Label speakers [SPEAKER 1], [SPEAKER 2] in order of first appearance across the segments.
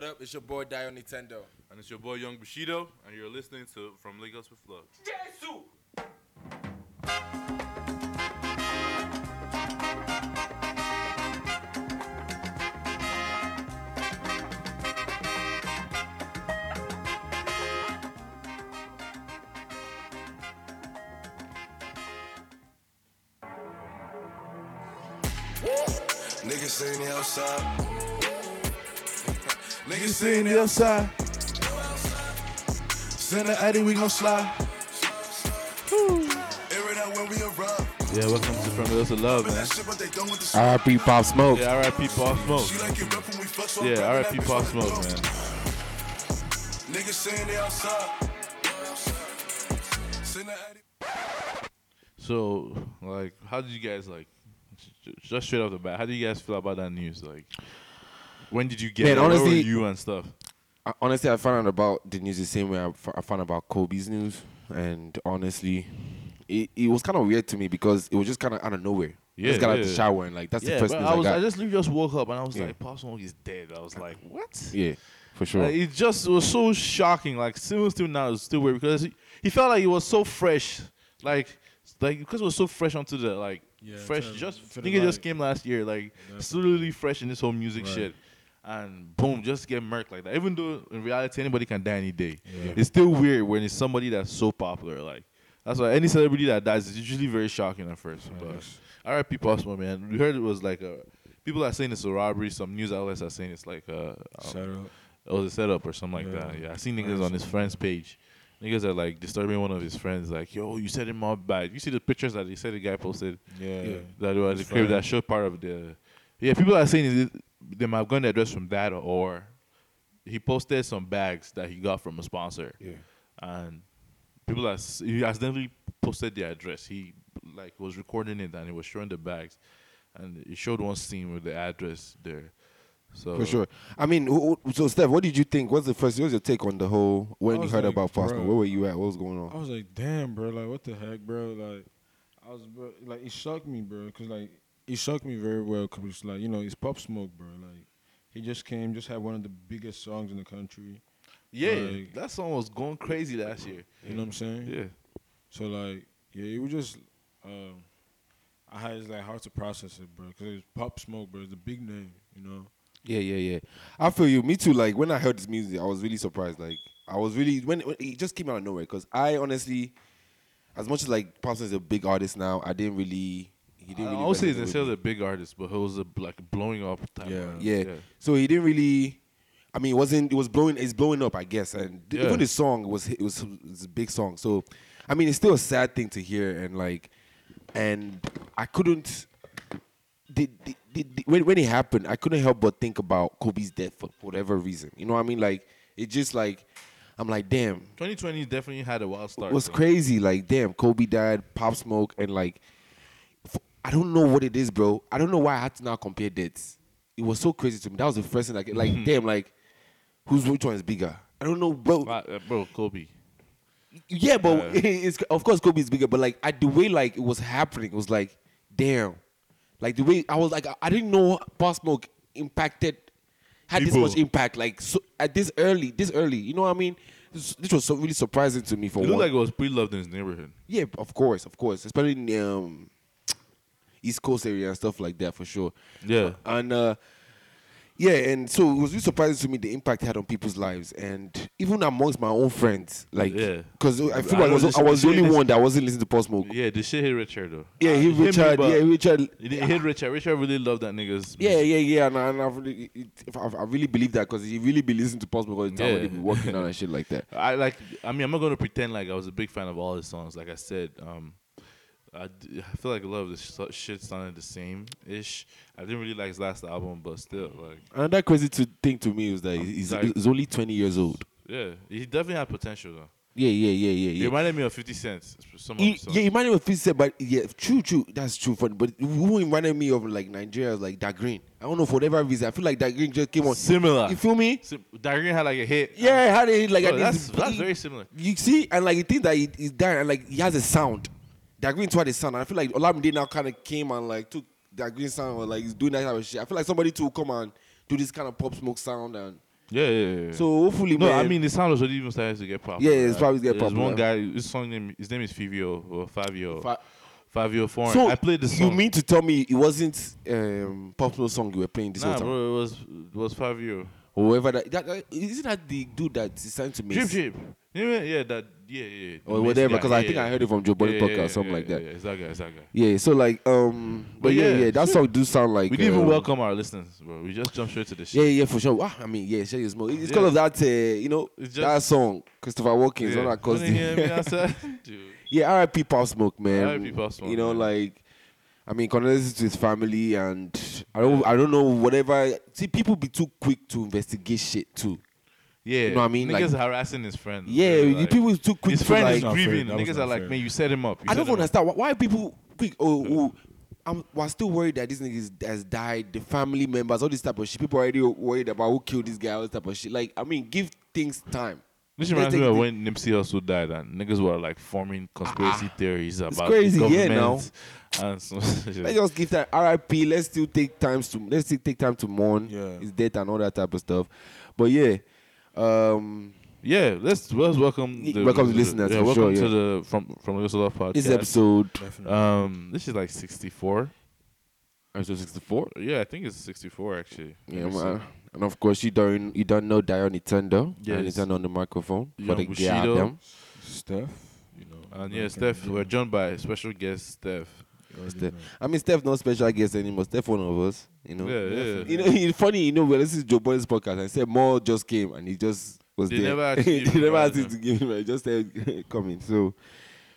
[SPEAKER 1] up? It's your boy Dio Nintendo.
[SPEAKER 2] And it's your boy Young Bushido, and you're listening to From Lagos with Love.
[SPEAKER 3] Niggas seen the outside. Niggas
[SPEAKER 4] You seen the outside. Send an Addy, we gon' slide.
[SPEAKER 3] airing out when we arrive.
[SPEAKER 4] Yeah, welcome to From Those of Love,
[SPEAKER 3] But
[SPEAKER 4] man.
[SPEAKER 3] that shit, but they don't want
[SPEAKER 4] Ah.
[SPEAKER 3] the
[SPEAKER 1] R.I.P. Pop Smoke.
[SPEAKER 4] Yeah, R.I.P. Pop
[SPEAKER 3] She
[SPEAKER 4] Smoke.
[SPEAKER 3] like it rough when we fuck, so I'm
[SPEAKER 4] Yeah,
[SPEAKER 3] grabbing
[SPEAKER 4] R.I.P.
[SPEAKER 3] that bitch
[SPEAKER 4] Pop
[SPEAKER 3] by the
[SPEAKER 4] Smoke,
[SPEAKER 3] throat.
[SPEAKER 4] man.
[SPEAKER 3] Niggas seen the outside. Send the Addy.
[SPEAKER 4] So, like, how did you guys like? j- Just straight off the bat, how do you guys feel about that news? Like, when did you get
[SPEAKER 1] Man,
[SPEAKER 4] it? Where were
[SPEAKER 1] honestly-
[SPEAKER 4] you and stuff?
[SPEAKER 1] I- honestly, I found out about the news the same way I fo- I found out about Kobe's news, and honestly, it, it was kind of weird to me because it was just kind of out of nowhere. I
[SPEAKER 4] Yeah,
[SPEAKER 1] just got out the
[SPEAKER 4] yeah.
[SPEAKER 1] shower and like that's the
[SPEAKER 4] Yeah,
[SPEAKER 1] first
[SPEAKER 4] but
[SPEAKER 1] news
[SPEAKER 4] I
[SPEAKER 1] I,
[SPEAKER 4] was. I,
[SPEAKER 1] got.
[SPEAKER 4] just literally just woke up and I was
[SPEAKER 1] Yeah.
[SPEAKER 4] like, Pop Smoke is dead. I was like, what?
[SPEAKER 1] yeah, for sure.
[SPEAKER 4] Like, it just was so shocking. Like still, still now it's still weird because he, he felt like he was so fresh. Like like because it was so fresh onto the like
[SPEAKER 5] Yeah,
[SPEAKER 4] fresh.
[SPEAKER 5] to-
[SPEAKER 4] Just
[SPEAKER 5] for
[SPEAKER 4] I
[SPEAKER 5] the
[SPEAKER 4] think it just
[SPEAKER 5] light.
[SPEAKER 4] came last year. Like slowly fresh in this whole music shit. And boom, just get murked like that. Even though in reality anybody can die any day, it's still weird when it's somebody that's so popular. Like that's why any celebrity that dies is usually very shocking at first. But R.I.P. Pop Smoke, man. We heard it was like a people are saying it's a robbery. Some news outlets are saying it's like a um,
[SPEAKER 5] Shout out.
[SPEAKER 4] it was a setup or something like
[SPEAKER 5] Yeah.
[SPEAKER 4] that. Yeah, I seen niggas on his friend's page. Niggas are like disturbing one of his friends, like, yo, you set him up bad. You see the pictures that he said the guy posted
[SPEAKER 5] Yeah.
[SPEAKER 4] that was the
[SPEAKER 5] His
[SPEAKER 4] crib that
[SPEAKER 5] friend.
[SPEAKER 4] showed part of the. Yeah, people are saying it- they might have gotten the address from that or he posted some bags that he got from a sponsor.
[SPEAKER 5] Yeah.
[SPEAKER 4] And people are, s- he accidentally posted the address. He like was recording it and he was showing the bags. And it showed one scene with the address there. So
[SPEAKER 1] for sure. I mean, wh- wh- so Steph, what did you think? What's the first? What was your take on the whole
[SPEAKER 5] I
[SPEAKER 1] when you
[SPEAKER 5] was
[SPEAKER 1] heard
[SPEAKER 5] like,
[SPEAKER 1] about Pop Smoke?
[SPEAKER 5] bruh.
[SPEAKER 1] Where were you at? What was going on?
[SPEAKER 5] I was like, damn, bro. Like, what the heck, bro? Like, I was, bro, like, it shocked me, bro. Cause like, it shocked me very well. Cause it's like, you know, it's Pop Smoke, bro. Like, he just came, just had one of the biggest songs in the country.
[SPEAKER 4] Yeah,
[SPEAKER 5] Like-
[SPEAKER 4] that song was going crazy last year.
[SPEAKER 5] You know what I'm saying?
[SPEAKER 4] Yeah,
[SPEAKER 5] So like, yeah, it was just, um, I had it's like hard to process it, bro. Cause it's Pop Smoke, bro. It's a big name, you know.
[SPEAKER 1] Yeah, yeah, yeah. I feel you. Me too. Like when I heard this music, I was really surprised. Like I was really when, when it just came out of nowhere. Because I honestly, as much as like Pop Smoke is a big artist now, I didn't really. He didn't
[SPEAKER 4] I
[SPEAKER 1] really.
[SPEAKER 4] would say
[SPEAKER 1] resonate
[SPEAKER 4] he's
[SPEAKER 1] with
[SPEAKER 4] necessarily
[SPEAKER 1] me.
[SPEAKER 4] a big artist, but he was a like blowing up type.
[SPEAKER 5] Yeah.
[SPEAKER 4] artist.
[SPEAKER 1] Yeah. So he didn't really. I mean, it wasn't. It was blowing. It's blowing up, I guess. And th-
[SPEAKER 4] Yeah.
[SPEAKER 1] even the song was. It was. It was a big song. So, I mean, it's still a sad thing to hear. And like, and I couldn't. Did, did, did, did- when when it happened, I couldn't help but think about Kobe's death for whatever reason. You know what I mean? Like, it just like, I'm like, damn,
[SPEAKER 4] 2020 definitely had a wild start.
[SPEAKER 1] it was
[SPEAKER 4] though.
[SPEAKER 1] crazy. Like, damn, Kobe died, Pop Smoke, and like, f- I don't know what it is, bro. I don't know why I had to now compare dates. It was so crazy to me. That was the first thing. Like,
[SPEAKER 4] Mm-hmm.
[SPEAKER 1] like damn, like, who's which one is bigger? I don't know, bro.
[SPEAKER 4] Like, uh, bro, Kobe.
[SPEAKER 1] yeah, but
[SPEAKER 4] Yeah.
[SPEAKER 1] it's of course Kobe is bigger. But like, I the way like it was happening, it was like, damn, like the way I was like, I, I didn't know Pop Smoke impacted had
[SPEAKER 4] People.
[SPEAKER 1] this much impact. Like, so at this early, this early, you know what I mean? This, this was so really surprising to me for
[SPEAKER 4] It
[SPEAKER 1] one.
[SPEAKER 4] looked like it was pre-loved in his neighborhood.
[SPEAKER 1] Yeah, of course, of course, especially in um, East Coast area and stuff like that for sure.
[SPEAKER 4] Yeah.
[SPEAKER 1] and uh, yeah, and so it was really surprising to me the impact it had on people's lives, and even amongst my own friends, like,
[SPEAKER 4] Yeah.
[SPEAKER 1] because I feel
[SPEAKER 4] I
[SPEAKER 1] like I
[SPEAKER 4] know
[SPEAKER 1] was,
[SPEAKER 4] this-
[SPEAKER 1] I was the
[SPEAKER 4] this-
[SPEAKER 1] only one that wasn't listening to Post Smoke.
[SPEAKER 4] Yeah, the shit hit Richard though.
[SPEAKER 1] Yeah, he
[SPEAKER 4] Uh, it hit me,
[SPEAKER 1] Richard.
[SPEAKER 4] but
[SPEAKER 1] yeah, Richard.
[SPEAKER 4] It didn't hit Richard. Richard really loved that nigga's.
[SPEAKER 1] Yeah,
[SPEAKER 4] music.
[SPEAKER 1] yeah, yeah, and, I- and I really, it, I, I really believe that because he really be listening to Post Smoke all the time when
[SPEAKER 4] Yeah.
[SPEAKER 1] he be working out and shit like that.
[SPEAKER 4] I like. I mean, I'm not gonna pretend like I was a big fan of all his songs. Like I said, um, I, d- I feel like a lot of the sh- shit sounded the same ish. I didn't really like his last album, but still, like,
[SPEAKER 1] Another crazy to, thing to me is that he's,
[SPEAKER 4] Like-
[SPEAKER 1] he's only twenty years old.
[SPEAKER 4] yeah, he definitely had potential though.
[SPEAKER 1] Yeah, yeah, yeah, yeah,
[SPEAKER 4] It
[SPEAKER 1] yeah.
[SPEAKER 4] reminded me of 50 Cent. Some of
[SPEAKER 1] He,
[SPEAKER 4] the songs.
[SPEAKER 1] yeah, he reminded me of 50 Cent, but yeah, true, true. That's true. For, but who reminded me of like Nigeria was like that green. I don't know for whatever reason. I feel like that green just came on.
[SPEAKER 4] Similar.
[SPEAKER 1] You feel me?
[SPEAKER 4] Sim- Darian had like a hit. Um,
[SPEAKER 1] Yeah, how did he like?
[SPEAKER 4] Bro,
[SPEAKER 1] and
[SPEAKER 4] that's
[SPEAKER 1] it's-
[SPEAKER 4] that's
[SPEAKER 1] he-
[SPEAKER 4] very similar.
[SPEAKER 1] You see, and like you think that he, he's dying, and like he has a sound. That green had a sound. And I feel like Olamide now kind of came and like took that green sound or like he's doing that type of shit. I feel like somebody too will come and do this kind of pop smoke sound and
[SPEAKER 4] Yeah, yeah, yeah.
[SPEAKER 1] So hopefully,
[SPEAKER 4] no,
[SPEAKER 1] man,
[SPEAKER 4] I mean the sound was already even starting to get popular.
[SPEAKER 1] Yeah, it's probably get
[SPEAKER 4] There's
[SPEAKER 1] popular.
[SPEAKER 4] one guy, his song name, his name is Fivio or Fabio,
[SPEAKER 1] Fa-
[SPEAKER 4] Fabio Foreign.
[SPEAKER 1] so
[SPEAKER 4] I played the
[SPEAKER 1] You
[SPEAKER 4] song.
[SPEAKER 1] mean to tell me it wasn't um, popular song you were playing this
[SPEAKER 4] nah,
[SPEAKER 1] whole time?
[SPEAKER 4] bro, it was it was Fabio.
[SPEAKER 1] Whoever that, that, that isn't that the dude that is trying to miss
[SPEAKER 4] Drip drip. Yeah, yeah, that, yeah, yeah.
[SPEAKER 1] or
[SPEAKER 4] the
[SPEAKER 1] whatever?
[SPEAKER 4] Mace guy,
[SPEAKER 1] Because I
[SPEAKER 4] yeah,
[SPEAKER 1] think I
[SPEAKER 4] yeah.
[SPEAKER 1] heard it from Joe Budden
[SPEAKER 4] Yeah,
[SPEAKER 1] podcast
[SPEAKER 4] yeah,
[SPEAKER 1] or something
[SPEAKER 4] yeah,
[SPEAKER 1] like that.
[SPEAKER 4] Yeah, it's that guy, it's that guy.
[SPEAKER 1] Yeah. so like um, but,
[SPEAKER 4] But
[SPEAKER 1] yeah, yeah,
[SPEAKER 4] yeah,
[SPEAKER 1] that
[SPEAKER 4] shit.
[SPEAKER 1] song do sound like
[SPEAKER 4] We didn't even
[SPEAKER 1] um,
[SPEAKER 4] welcome our listeners, bro. We just jumped straight to the shit.
[SPEAKER 1] Yeah, yeah, for sure. Wow, I mean, yeah, Shaggy Smoke. It's
[SPEAKER 4] Yeah.
[SPEAKER 1] because of that, uh, you know,
[SPEAKER 4] It's
[SPEAKER 1] that
[SPEAKER 4] just-
[SPEAKER 1] song, Christopher Walken, yeah.
[SPEAKER 4] Yeah.
[SPEAKER 1] all that caused
[SPEAKER 4] Couldn't hear me
[SPEAKER 1] the-
[SPEAKER 4] outside, dude.
[SPEAKER 1] Yeah, R.I.P. Pop Smoke, man.
[SPEAKER 4] R.I.P. Pop Smoke,
[SPEAKER 1] You know,
[SPEAKER 4] man.
[SPEAKER 1] like, I mean, condolences to his family, and I don't, I don't know, whatever. See, people be too quick to investigate shit too.
[SPEAKER 4] Yeah,
[SPEAKER 1] know what I mean?
[SPEAKER 4] Niggas
[SPEAKER 1] Like-
[SPEAKER 4] harassing his friend.
[SPEAKER 1] Yeah,
[SPEAKER 4] Really,
[SPEAKER 1] the
[SPEAKER 4] like-
[SPEAKER 1] people is too quick
[SPEAKER 4] His
[SPEAKER 1] to
[SPEAKER 4] friend
[SPEAKER 1] like.
[SPEAKER 4] is
[SPEAKER 5] That was not
[SPEAKER 4] grieving.
[SPEAKER 5] fair. That was
[SPEAKER 4] Niggas are
[SPEAKER 5] not
[SPEAKER 4] like,
[SPEAKER 5] fair.
[SPEAKER 4] man, you set him up. You
[SPEAKER 1] I
[SPEAKER 4] set
[SPEAKER 1] don't
[SPEAKER 4] him up."
[SPEAKER 1] understand why, why people quick. Oh, oh I'm we're still worried that this nigga is- has died. The family members, all this type of shit. People already worried about who killed this guy, all this type of shit. Like, I mean, give things time.
[SPEAKER 4] This
[SPEAKER 1] Let's
[SPEAKER 4] reminds
[SPEAKER 1] take
[SPEAKER 4] me
[SPEAKER 1] the-
[SPEAKER 4] of when Nipsey also died, and niggas were like forming conspiracy theories about
[SPEAKER 1] Ah, crazy,
[SPEAKER 4] the
[SPEAKER 1] yeah,
[SPEAKER 4] government.
[SPEAKER 1] now.
[SPEAKER 4] And some shit.
[SPEAKER 1] Let's just give that RIP. Let's still take time to let's still take time to mourn
[SPEAKER 5] Yeah.
[SPEAKER 1] his death and all that type of stuff. But yeah, um,
[SPEAKER 4] yeah, let's let's welcome
[SPEAKER 1] Y-
[SPEAKER 4] the,
[SPEAKER 1] welcome the listeners,
[SPEAKER 4] Yeah,
[SPEAKER 1] for
[SPEAKER 4] welcome
[SPEAKER 1] sure,
[SPEAKER 4] to
[SPEAKER 1] yeah.
[SPEAKER 4] the from from the Love podcast.
[SPEAKER 1] this episode
[SPEAKER 5] Definitely.
[SPEAKER 4] Um, this is like sixty four.
[SPEAKER 1] episode sixty four.
[SPEAKER 4] Yeah, I think it's sixty four actually.
[SPEAKER 1] Yeah, man. and of course you don't you don't know Dion Nintendo. Yeah,
[SPEAKER 4] Yes.
[SPEAKER 1] Nintendo on the microphone
[SPEAKER 4] Yeah,
[SPEAKER 1] for the gay
[SPEAKER 4] Bushido.
[SPEAKER 1] album.
[SPEAKER 5] Steph, you know.
[SPEAKER 4] And
[SPEAKER 5] like,
[SPEAKER 4] Uh, yeah, Steph, we're joined by special guest Steph.
[SPEAKER 5] you already
[SPEAKER 1] Steph.
[SPEAKER 5] know.
[SPEAKER 1] I mean, Steph not special guest anymore. Steph one of us, you know.
[SPEAKER 4] Yeah, yeah.
[SPEAKER 1] You know, it's funny, you know, when this is Joe Boy's podcast, I said more just came and he just was
[SPEAKER 4] They
[SPEAKER 1] there.
[SPEAKER 4] never asked him,
[SPEAKER 1] they never asked
[SPEAKER 4] right?
[SPEAKER 1] him to give him. I just said coming. So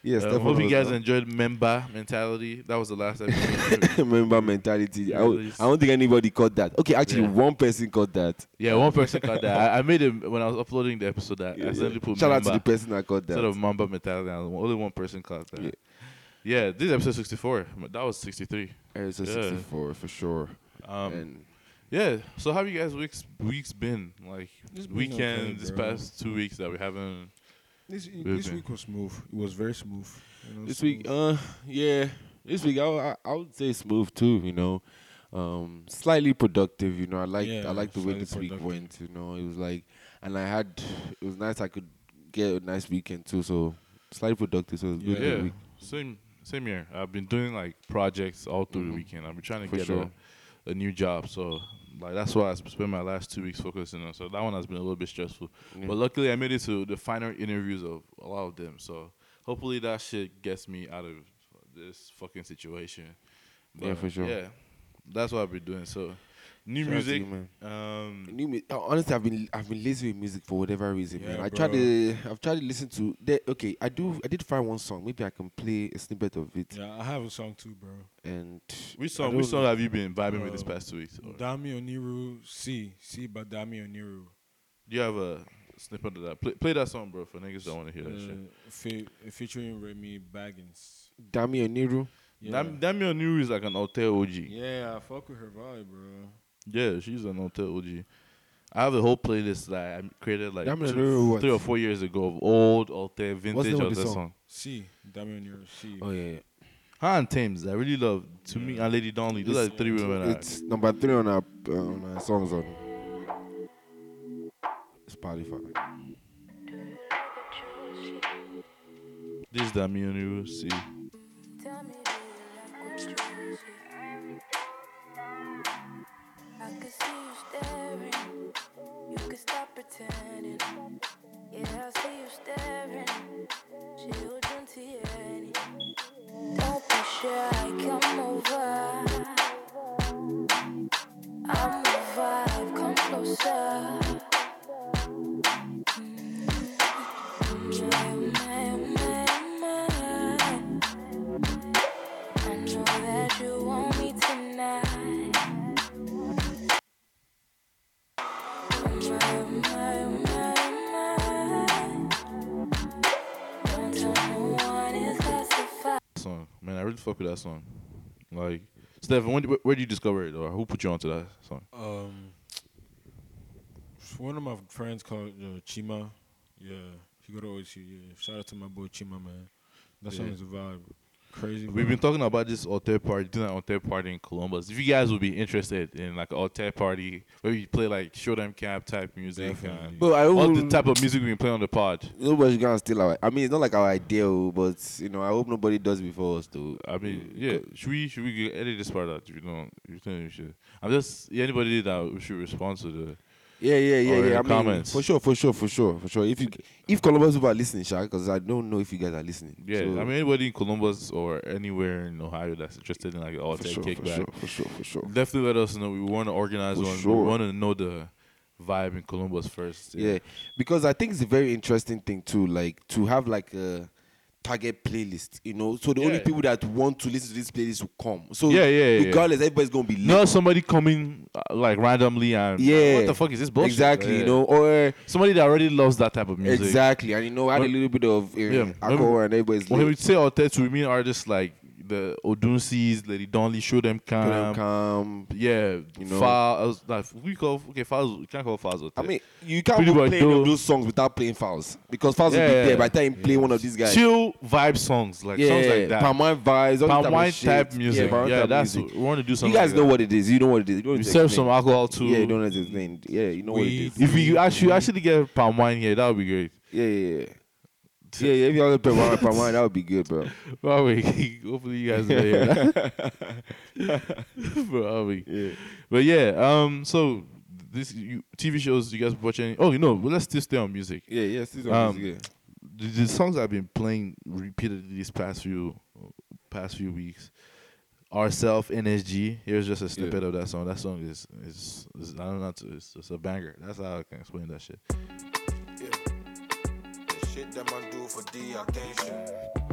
[SPEAKER 1] yeah,
[SPEAKER 4] Uh,
[SPEAKER 1] Steph. one
[SPEAKER 4] hope
[SPEAKER 1] of
[SPEAKER 4] you
[SPEAKER 1] us
[SPEAKER 4] guys
[SPEAKER 1] now.
[SPEAKER 4] enjoyed member mentality. That was the last episode.
[SPEAKER 1] member mentality. I,
[SPEAKER 4] Yeah, it's-
[SPEAKER 1] I don't think anybody caught that. Okay, actually,
[SPEAKER 4] Yeah.
[SPEAKER 1] one person caught that.
[SPEAKER 4] yeah, one person caught that. I, I made it when I was uploading the episode. That I accidentally put
[SPEAKER 1] Shout out to
[SPEAKER 4] member.
[SPEAKER 1] the person that caught that.
[SPEAKER 4] Instead of Mamba mentality, I- only one person caught that. Yeah. this is episode 64. but That was 63.
[SPEAKER 1] It's
[SPEAKER 4] Yeah.
[SPEAKER 1] 64 for sure.
[SPEAKER 4] Um,
[SPEAKER 1] and
[SPEAKER 4] yeah. So how have you guys weeks weeks been? Like
[SPEAKER 5] It's been
[SPEAKER 4] weekend,
[SPEAKER 5] okay,
[SPEAKER 4] this
[SPEAKER 5] bro.
[SPEAKER 4] past two weeks that we haven't.
[SPEAKER 5] This,
[SPEAKER 4] We've
[SPEAKER 5] this
[SPEAKER 4] been-
[SPEAKER 5] week was smooth. It was very smooth. you know,
[SPEAKER 1] this week,
[SPEAKER 5] smooth.
[SPEAKER 1] uh, yeah, this week I, I, I would say smooth too. You know, um, slightly productive. You know, I like
[SPEAKER 5] Yeah,
[SPEAKER 1] I like the way
[SPEAKER 5] slightly
[SPEAKER 1] this week
[SPEAKER 5] productive.
[SPEAKER 1] went. You know, it was like, and I had it was nice. I could get a nice weekend too. So slightly productive. So it was
[SPEAKER 5] Yeah.
[SPEAKER 1] good, good
[SPEAKER 4] Yeah.
[SPEAKER 1] week.
[SPEAKER 4] Same same year. I've been doing like projects all through the weekend. I've been trying to
[SPEAKER 1] Mm-hmm. For
[SPEAKER 4] get
[SPEAKER 1] sure.
[SPEAKER 4] a, a new job. So like that's why I spent my last two weeks focusing on. So that one has been a little bit stressful. But luckily I made it to the final interviews of a lot of them. So hopefully that shit gets me out of this fucking situation.
[SPEAKER 1] Yeah, for sure.
[SPEAKER 4] Yeah. That's what I've been doing. So new
[SPEAKER 1] Shout out to
[SPEAKER 4] music.
[SPEAKER 1] you, man.
[SPEAKER 4] um
[SPEAKER 1] New mu- uh, honestly, I've been I've been lazy with music for whatever reason, man.
[SPEAKER 5] Yeah,
[SPEAKER 1] I tried
[SPEAKER 5] bro.
[SPEAKER 1] to I've tried to listen to the, okay. I do I did find one song. Maybe I can play a snippet of it.
[SPEAKER 5] Yeah, I have a song too, bro.
[SPEAKER 1] And
[SPEAKER 4] which
[SPEAKER 1] I
[SPEAKER 4] song which
[SPEAKER 1] don't-
[SPEAKER 4] song have you been vibing with this
[SPEAKER 5] Uh,
[SPEAKER 4] past two weeks? Or
[SPEAKER 5] Dami Oniru, C. C by Dami Oniru.
[SPEAKER 4] do you have a snippet of that? Play, play that song, bro, for niggas that want to hear that
[SPEAKER 1] Mm.
[SPEAKER 4] shit.
[SPEAKER 5] Uh, fe- featuring Remy Baggins.
[SPEAKER 1] Dami Oniru.
[SPEAKER 5] Yeah.
[SPEAKER 4] Dam- Damian New is like an hotel OG. Yeah.
[SPEAKER 5] yeah, I fuck with her vibe, bro.
[SPEAKER 4] she's an hotel OG. I have a whole playlist that I created like
[SPEAKER 1] Damian Oniru
[SPEAKER 4] two,
[SPEAKER 1] what?
[SPEAKER 4] three or four years ago of old hotel vintage
[SPEAKER 1] name of the
[SPEAKER 4] hotel
[SPEAKER 1] song?
[SPEAKER 4] song.
[SPEAKER 5] C. Dami Oniru, C.
[SPEAKER 1] Oh yeah,
[SPEAKER 4] Her and Thames, I really love. To me and Lady Donnelly, those are the three women. I,
[SPEAKER 1] it's number three on our uh, on our songs on Spotify.
[SPEAKER 4] this is Damian New. See,
[SPEAKER 6] Tell me do you like what you see? I could see you staring. You could stop pretending. Yeah, I see you staring. Children tearing. Don't be shy, come over. I'm a vibe, come closer. Mm, my, my, my, my. I know that you want me tonight. My, my, my, my. Don't tell no one it's less a fight.
[SPEAKER 4] that song, man, I really fuck with that song. Like, Stefan, when, where, where did you discover it, or who put you onto that song?
[SPEAKER 5] Um, one of my friends called uh, Chima. Yeah, he go to OSU. Yeah, shout out to my boy Chima, man. That song
[SPEAKER 4] Yeah.
[SPEAKER 5] is a vibe. crazy.
[SPEAKER 4] We've been talking about this alter party, doing an alter party in Columbus. If you guys would be interested in like an alter party where you play like show them camp type music, and
[SPEAKER 1] Well, I
[SPEAKER 4] all the
[SPEAKER 1] will-
[SPEAKER 4] type of music we can play on the pod.
[SPEAKER 1] Nobody's gonna steal our. I mean, it's not like our idea, oh, but you know, I hope nobody does before us though.
[SPEAKER 4] I mean, yeah. Should we should we edit this part out? If you don't, if you think we should. I'm just yeah, anybody that should respond to the.
[SPEAKER 1] Yeah, yeah, yeah,
[SPEAKER 4] Or in the
[SPEAKER 1] yeah. I
[SPEAKER 4] comments.
[SPEAKER 1] mean, for sure, for sure, for sure, for sure. If you, if Columbus people are listening, Sha, because I don't know if you guys are listening.
[SPEAKER 4] Yeah,
[SPEAKER 1] So,
[SPEAKER 4] I mean anybody in Columbus or anywhere in Ohio that's interested in like an
[SPEAKER 1] for
[SPEAKER 4] alter
[SPEAKER 1] sure, for
[SPEAKER 4] kickback,
[SPEAKER 1] sure, for sure, for sure.
[SPEAKER 4] definitely let us know. We want to organize
[SPEAKER 1] For
[SPEAKER 4] one.
[SPEAKER 1] sure.
[SPEAKER 4] We want to know the vibe in Columbus first.
[SPEAKER 1] Yeah. because I think it's a very interesting thing too, like to have like a target playlist, you know. So the only
[SPEAKER 4] Yeah.
[SPEAKER 1] people that want to listen to this playlist will come. So
[SPEAKER 4] Yeah, yeah, yeah.
[SPEAKER 1] regardless, everybody's gonna be lit.
[SPEAKER 4] Not somebody coming uh, like randomly and uh,
[SPEAKER 1] yeah,
[SPEAKER 4] what the fuck is this bullshit?
[SPEAKER 1] Exactly,
[SPEAKER 4] Yeah.
[SPEAKER 1] you know, or
[SPEAKER 4] somebody that already loves that type of music.
[SPEAKER 1] exactly, and you know, add a
[SPEAKER 4] When-
[SPEAKER 1] little bit of uh,
[SPEAKER 4] Yeah.
[SPEAKER 1] alcohol and everybody's
[SPEAKER 4] When we
[SPEAKER 1] lit.
[SPEAKER 4] say Otetu, we mean artists like the Odunsis, Lady Donley, Show Them
[SPEAKER 1] Put them
[SPEAKER 4] Camp.
[SPEAKER 1] calm.
[SPEAKER 4] Yeah, you
[SPEAKER 1] know.
[SPEAKER 4] Files. Like, we call okay Files. We can't call Files Otetu.
[SPEAKER 1] I mean, you can't
[SPEAKER 4] Pretty
[SPEAKER 1] play
[SPEAKER 4] much
[SPEAKER 1] any of
[SPEAKER 4] those-
[SPEAKER 1] those songs without playing fouls because fouls
[SPEAKER 4] Yeah,
[SPEAKER 1] will be
[SPEAKER 4] yeah,
[SPEAKER 1] there
[SPEAKER 4] yeah.
[SPEAKER 1] by the time you play one of these guys.
[SPEAKER 4] chill vibe songs like
[SPEAKER 1] yeah,
[SPEAKER 4] songs like that.
[SPEAKER 1] palm wine vibes, all
[SPEAKER 4] Palm
[SPEAKER 1] this
[SPEAKER 4] wine
[SPEAKER 1] shit.
[SPEAKER 4] type music.
[SPEAKER 1] palm
[SPEAKER 4] Yeah,
[SPEAKER 1] wine type
[SPEAKER 4] that's
[SPEAKER 1] music.
[SPEAKER 4] we want to do
[SPEAKER 1] You
[SPEAKER 4] something.
[SPEAKER 1] guys
[SPEAKER 4] like
[SPEAKER 1] know
[SPEAKER 4] that.
[SPEAKER 1] what it is. You know what it is. You don't
[SPEAKER 4] We
[SPEAKER 1] need to
[SPEAKER 4] serve
[SPEAKER 1] explain.
[SPEAKER 4] some alcohol too.
[SPEAKER 1] Yeah, you don't understand. Yeah, you know what it is.
[SPEAKER 4] if you actually actually get palm wine here, that would be great.
[SPEAKER 1] Yeah, yeah, yeah. Yeah, yeah, if y'all could play wine, palm wine, that would be good, bro.
[SPEAKER 4] Well, we- hopefully you guys hear that. Bro, are we? But yeah, um, so this you, TV shows you guys watch any? Oh, you know, well, let's still stay on music.
[SPEAKER 1] Yeah, yeah, season
[SPEAKER 4] Um,
[SPEAKER 1] is
[SPEAKER 4] The, the songs I've been playing repeatedly these past few past few weeks. Ourself NSG. Here's just a snippet of that song. That song is, is is I don't know. how to- It's, it's a banger. That's how I can explain that shit.
[SPEAKER 7] The shit that man do for the attention.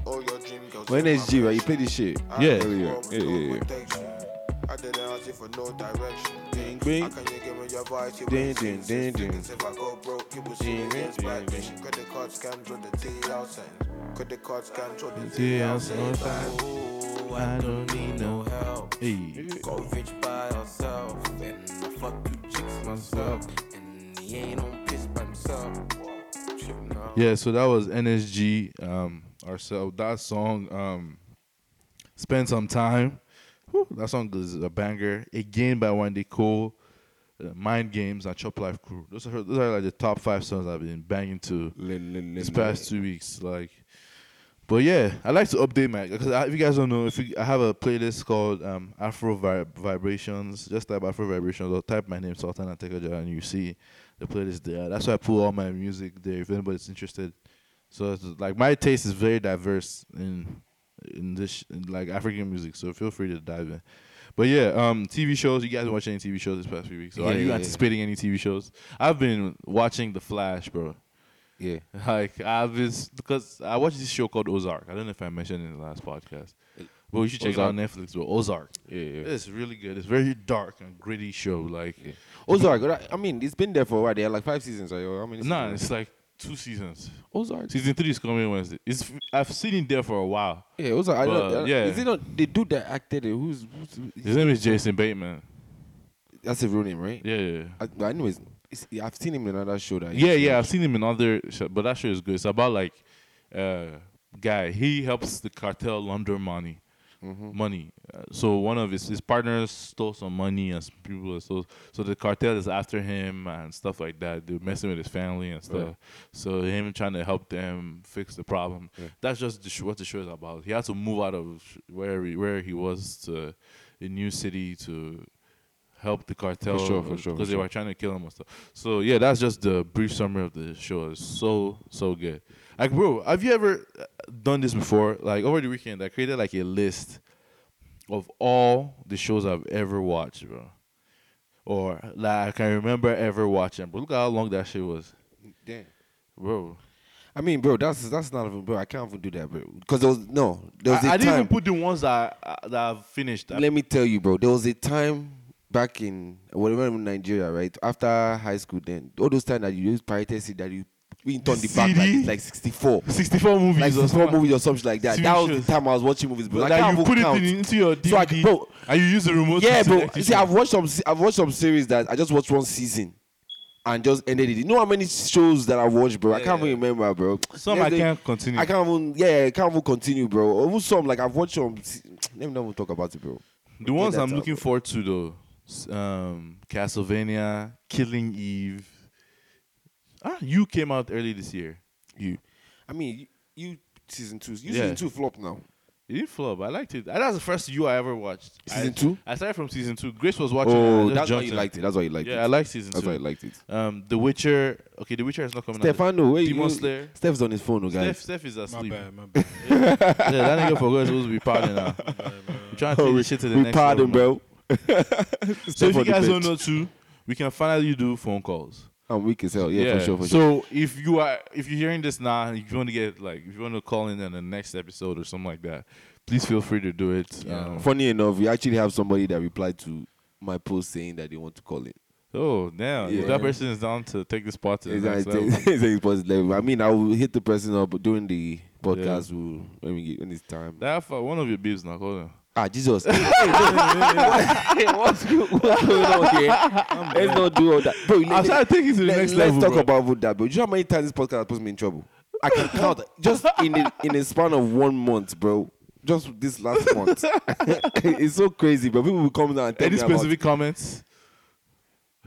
[SPEAKER 7] All your dream girls.
[SPEAKER 1] When SG, right? You play this shit.
[SPEAKER 7] I
[SPEAKER 4] Yeah.
[SPEAKER 7] don't know what we
[SPEAKER 1] Yeah, yeah,
[SPEAKER 7] do
[SPEAKER 1] yeah.
[SPEAKER 7] with tension. I didn't ask you for no direction. Bing,
[SPEAKER 1] bing.
[SPEAKER 7] How can you give me your voice? You
[SPEAKER 1] Ding,
[SPEAKER 7] won't
[SPEAKER 1] ding,
[SPEAKER 7] sing.
[SPEAKER 1] ding,
[SPEAKER 7] Sing
[SPEAKER 1] ding.
[SPEAKER 7] as If I go broke, you will see
[SPEAKER 1] Ding,
[SPEAKER 7] me
[SPEAKER 1] ding,
[SPEAKER 7] inspiration. Credit card scams on the day outside. Credit card scams on the
[SPEAKER 4] day
[SPEAKER 7] day
[SPEAKER 4] outside.
[SPEAKER 7] outside. Ooh, I don't need no help.
[SPEAKER 4] Hey.
[SPEAKER 7] Go rich by yourself, and I fuck two chicks myself, and Mm, he ain't on piss by himself. Tripping out.
[SPEAKER 4] Yeah, so that was NSG um ourselves. That song um Spend Some Time. Whew, that song is a banger. Again by Wendy Cole, uh, Mind Games and Chop Life Crew. Those are those are like the top five songs I've been banging to these past two weeks. Like but yeah, I like to update my because I, if you guys don't know, if you, I have a playlist called um, Afro Vib- Vibrations, just type Afro Vibrations or type my name Sultan Atekoja and you see the playlist there. That's why I pull all my music there if anybody's interested. So it's like my taste is very diverse in in this sh- in like African music, so feel free to dive in. But yeah, um, TV shows. You guys watch any TV shows this past few weeks? So
[SPEAKER 1] Yeah,
[SPEAKER 4] are you
[SPEAKER 1] yeah, yeah.
[SPEAKER 4] anticipating any TV shows? I've been watching The Flash, bro.
[SPEAKER 1] Yeah,
[SPEAKER 4] Like I've is because I watched this show called Ozark. I don't know if I mentioned it in the last podcast. But you should check it out on Netflix. Bro, Ozark.
[SPEAKER 1] yeah, yeah.
[SPEAKER 4] It's really good. It's very dark and gritty show. Like, oh,
[SPEAKER 1] Ozark, right? I mean, it's been there for a while. They had like five seasons. Right? How many?
[SPEAKER 4] nah,
[SPEAKER 1] seasons?
[SPEAKER 4] it's like two seasons.
[SPEAKER 1] Ozark.
[SPEAKER 4] Season three is coming Wednesday. It's I've seen it there for a while.
[SPEAKER 1] Yeah, Ozark. I
[SPEAKER 4] But,
[SPEAKER 1] know,
[SPEAKER 4] yeah.
[SPEAKER 1] Is it not the dude that acted it? Who's, who's
[SPEAKER 4] His name is Jason Bateman.
[SPEAKER 1] that's a real name, right?
[SPEAKER 4] Yeah, yeah,
[SPEAKER 1] I, I know it's, it's. I've seen him in another show. That I
[SPEAKER 4] yeah.
[SPEAKER 1] used to
[SPEAKER 4] yeah I've
[SPEAKER 1] watch.
[SPEAKER 4] seen him in other, show, but that show is good. It's about like, uh, guy. He helps the cartel launder money. Money. Uh, so one of his, his partners stole some money and some people stole. So the cartel is after him and stuff like that. They're messing with his family and stuff. So him trying to help them fix the problem. That's just the sh- what the show is about. He had to move out of sh- where he, where he was to a new city to help the cartel
[SPEAKER 1] For sure, for sure, for
[SPEAKER 4] because they
[SPEAKER 1] sure.
[SPEAKER 4] were trying to kill him and stuff. So yeah, that's just the brief summary of the show. It's so so good. Like bro, have you ever uh, done this before? Like over the weekend, I created like a list of all the shows I've ever watched, bro. Or like I can remember ever watching. But look how long that shit was,
[SPEAKER 1] Damn.
[SPEAKER 4] bro.
[SPEAKER 1] I mean, bro, that's that's not even, bro. I can't even do that, bro. Because there was no, there
[SPEAKER 4] I,
[SPEAKER 1] was a
[SPEAKER 4] I didn't
[SPEAKER 1] time.
[SPEAKER 4] even put the ones that I, that I've finished. I-
[SPEAKER 1] Let me tell you, bro. There was a time back in whatever in Nigeria, right? After high school, then all those time that you use pirate seed that you we turn the back like
[SPEAKER 4] CD?
[SPEAKER 1] it's like sixty four.
[SPEAKER 4] 64 movies
[SPEAKER 1] Like
[SPEAKER 4] or
[SPEAKER 1] four
[SPEAKER 4] something.
[SPEAKER 1] movies or something like that.
[SPEAKER 4] TV
[SPEAKER 1] That was
[SPEAKER 4] shows.
[SPEAKER 1] the time I was watching movies, bro.
[SPEAKER 4] Like,
[SPEAKER 1] Like, I
[SPEAKER 4] you
[SPEAKER 1] can't
[SPEAKER 4] put
[SPEAKER 1] even count.
[SPEAKER 4] it in, into your DVD
[SPEAKER 1] So I can- bro-
[SPEAKER 4] and you use the remote.
[SPEAKER 1] yeah,
[SPEAKER 4] to
[SPEAKER 1] bro.
[SPEAKER 4] select
[SPEAKER 1] You
[SPEAKER 4] it.
[SPEAKER 1] see, I've watched some. se- I've watched some series that I just watched one season, and just ended it. You know how many shows that I watched, bro? I can't even remember, bro.
[SPEAKER 4] Some
[SPEAKER 1] Yes,
[SPEAKER 4] I
[SPEAKER 1] they-
[SPEAKER 4] can't continue.
[SPEAKER 1] I can't even, yeah, I can't even continue, bro. Or Even some, like, I've watched some. Let me not even talk about it, bro.
[SPEAKER 4] The ones
[SPEAKER 1] that
[SPEAKER 4] I'm
[SPEAKER 1] out,
[SPEAKER 4] looking forward to though, s- um, Castlevania, Killing Eve. Ah, you came out early this year. You,
[SPEAKER 1] I mean, you, you season two, you
[SPEAKER 4] Yeah.
[SPEAKER 1] season two flop now.
[SPEAKER 4] it didn't flop. I liked it. Ah, That's the first you I ever watched.
[SPEAKER 1] Season
[SPEAKER 4] I-
[SPEAKER 1] two?
[SPEAKER 4] I started from season two. Grace was watching.
[SPEAKER 1] Oh,
[SPEAKER 4] and I just
[SPEAKER 1] that's why
[SPEAKER 4] jumped
[SPEAKER 1] you
[SPEAKER 4] in.
[SPEAKER 1] liked it. That's why you liked it.
[SPEAKER 4] Yeah, I like season
[SPEAKER 1] That's
[SPEAKER 4] two.
[SPEAKER 1] why I liked it.
[SPEAKER 4] Um, The Witcher. Okay, The Witcher is not coming out.
[SPEAKER 1] Stefano, where
[SPEAKER 4] Demon
[SPEAKER 1] you?
[SPEAKER 4] Slayer.
[SPEAKER 1] Steph's on his phone, oh,
[SPEAKER 4] Steph,
[SPEAKER 1] guys.
[SPEAKER 4] Steph is
[SPEAKER 5] My
[SPEAKER 4] asleep.
[SPEAKER 5] bad, my bad.
[SPEAKER 4] Yeah, that nigga forgot he's supposed to be partying now. We're trying to
[SPEAKER 1] Oh,
[SPEAKER 4] take
[SPEAKER 1] we
[SPEAKER 4] this shit to the
[SPEAKER 1] we
[SPEAKER 4] next
[SPEAKER 1] pardon,
[SPEAKER 4] level, man.
[SPEAKER 1] bro.
[SPEAKER 4] So
[SPEAKER 1] Steph on
[SPEAKER 4] if you
[SPEAKER 1] the
[SPEAKER 4] guys don't
[SPEAKER 1] bench.
[SPEAKER 4] know too, we can finally do phone calls.
[SPEAKER 1] I'm weak as hell. Yeah, for sure, for sure.
[SPEAKER 4] So if you are if you're hearing this now, and if you want to get like if you want to call in on the next episode or something like that, please feel free to do it. Um,
[SPEAKER 1] Funny enough, we actually have somebody that replied to my post saying that they want to call it.
[SPEAKER 4] oh damn, if
[SPEAKER 1] Yeah.
[SPEAKER 4] that person is down to take this part to the next
[SPEAKER 1] Exactly.
[SPEAKER 4] level.
[SPEAKER 1] Exactly. Post level. I mean, I will hit the person up during the podcast we'll- when we get when it's time.
[SPEAKER 4] That for one of your beeps now, hold on.
[SPEAKER 1] Ah, Jesus. hey, no. What's you- what's going on here? Let's not do all that. Bro,
[SPEAKER 4] I'm
[SPEAKER 1] let,
[SPEAKER 4] trying to take it to the
[SPEAKER 1] let,
[SPEAKER 4] next
[SPEAKER 1] us
[SPEAKER 4] level.
[SPEAKER 1] talk
[SPEAKER 4] bro.
[SPEAKER 1] about Voda, bro. Do you know how many times this podcast has put me in trouble? I can count just in a, in a span of one month, bro. Just this last month. it's so crazy, bro. People will come down and tell
[SPEAKER 4] any
[SPEAKER 1] me about-
[SPEAKER 4] specific comments.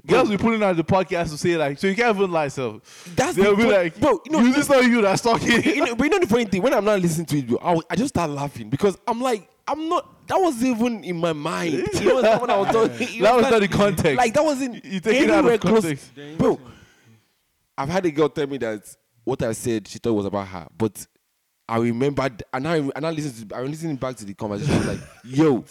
[SPEAKER 4] Girls be pulling out the podcast to say like, so you can't even lie, so
[SPEAKER 1] That's
[SPEAKER 4] they'll
[SPEAKER 1] the
[SPEAKER 4] be
[SPEAKER 1] point.
[SPEAKER 4] like,
[SPEAKER 1] Bro, you know-
[SPEAKER 4] you this not you that's talking.
[SPEAKER 1] you know, but you know the funny thing, when I'm not listening to it, bro, I, wa- I just start laughing because I'm like, I'm not. That was even in my mind. You know, that when I was talking, you
[SPEAKER 4] That was
[SPEAKER 1] understand?
[SPEAKER 4] not the context.
[SPEAKER 1] Like that wasn't
[SPEAKER 4] You take it out of
[SPEAKER 1] anywhere close-
[SPEAKER 4] context.
[SPEAKER 1] bro. I've had a girl tell me that what I said she thought was about her, but I remembered and I and I listened. To, I'm listening back to the conversation like, yo,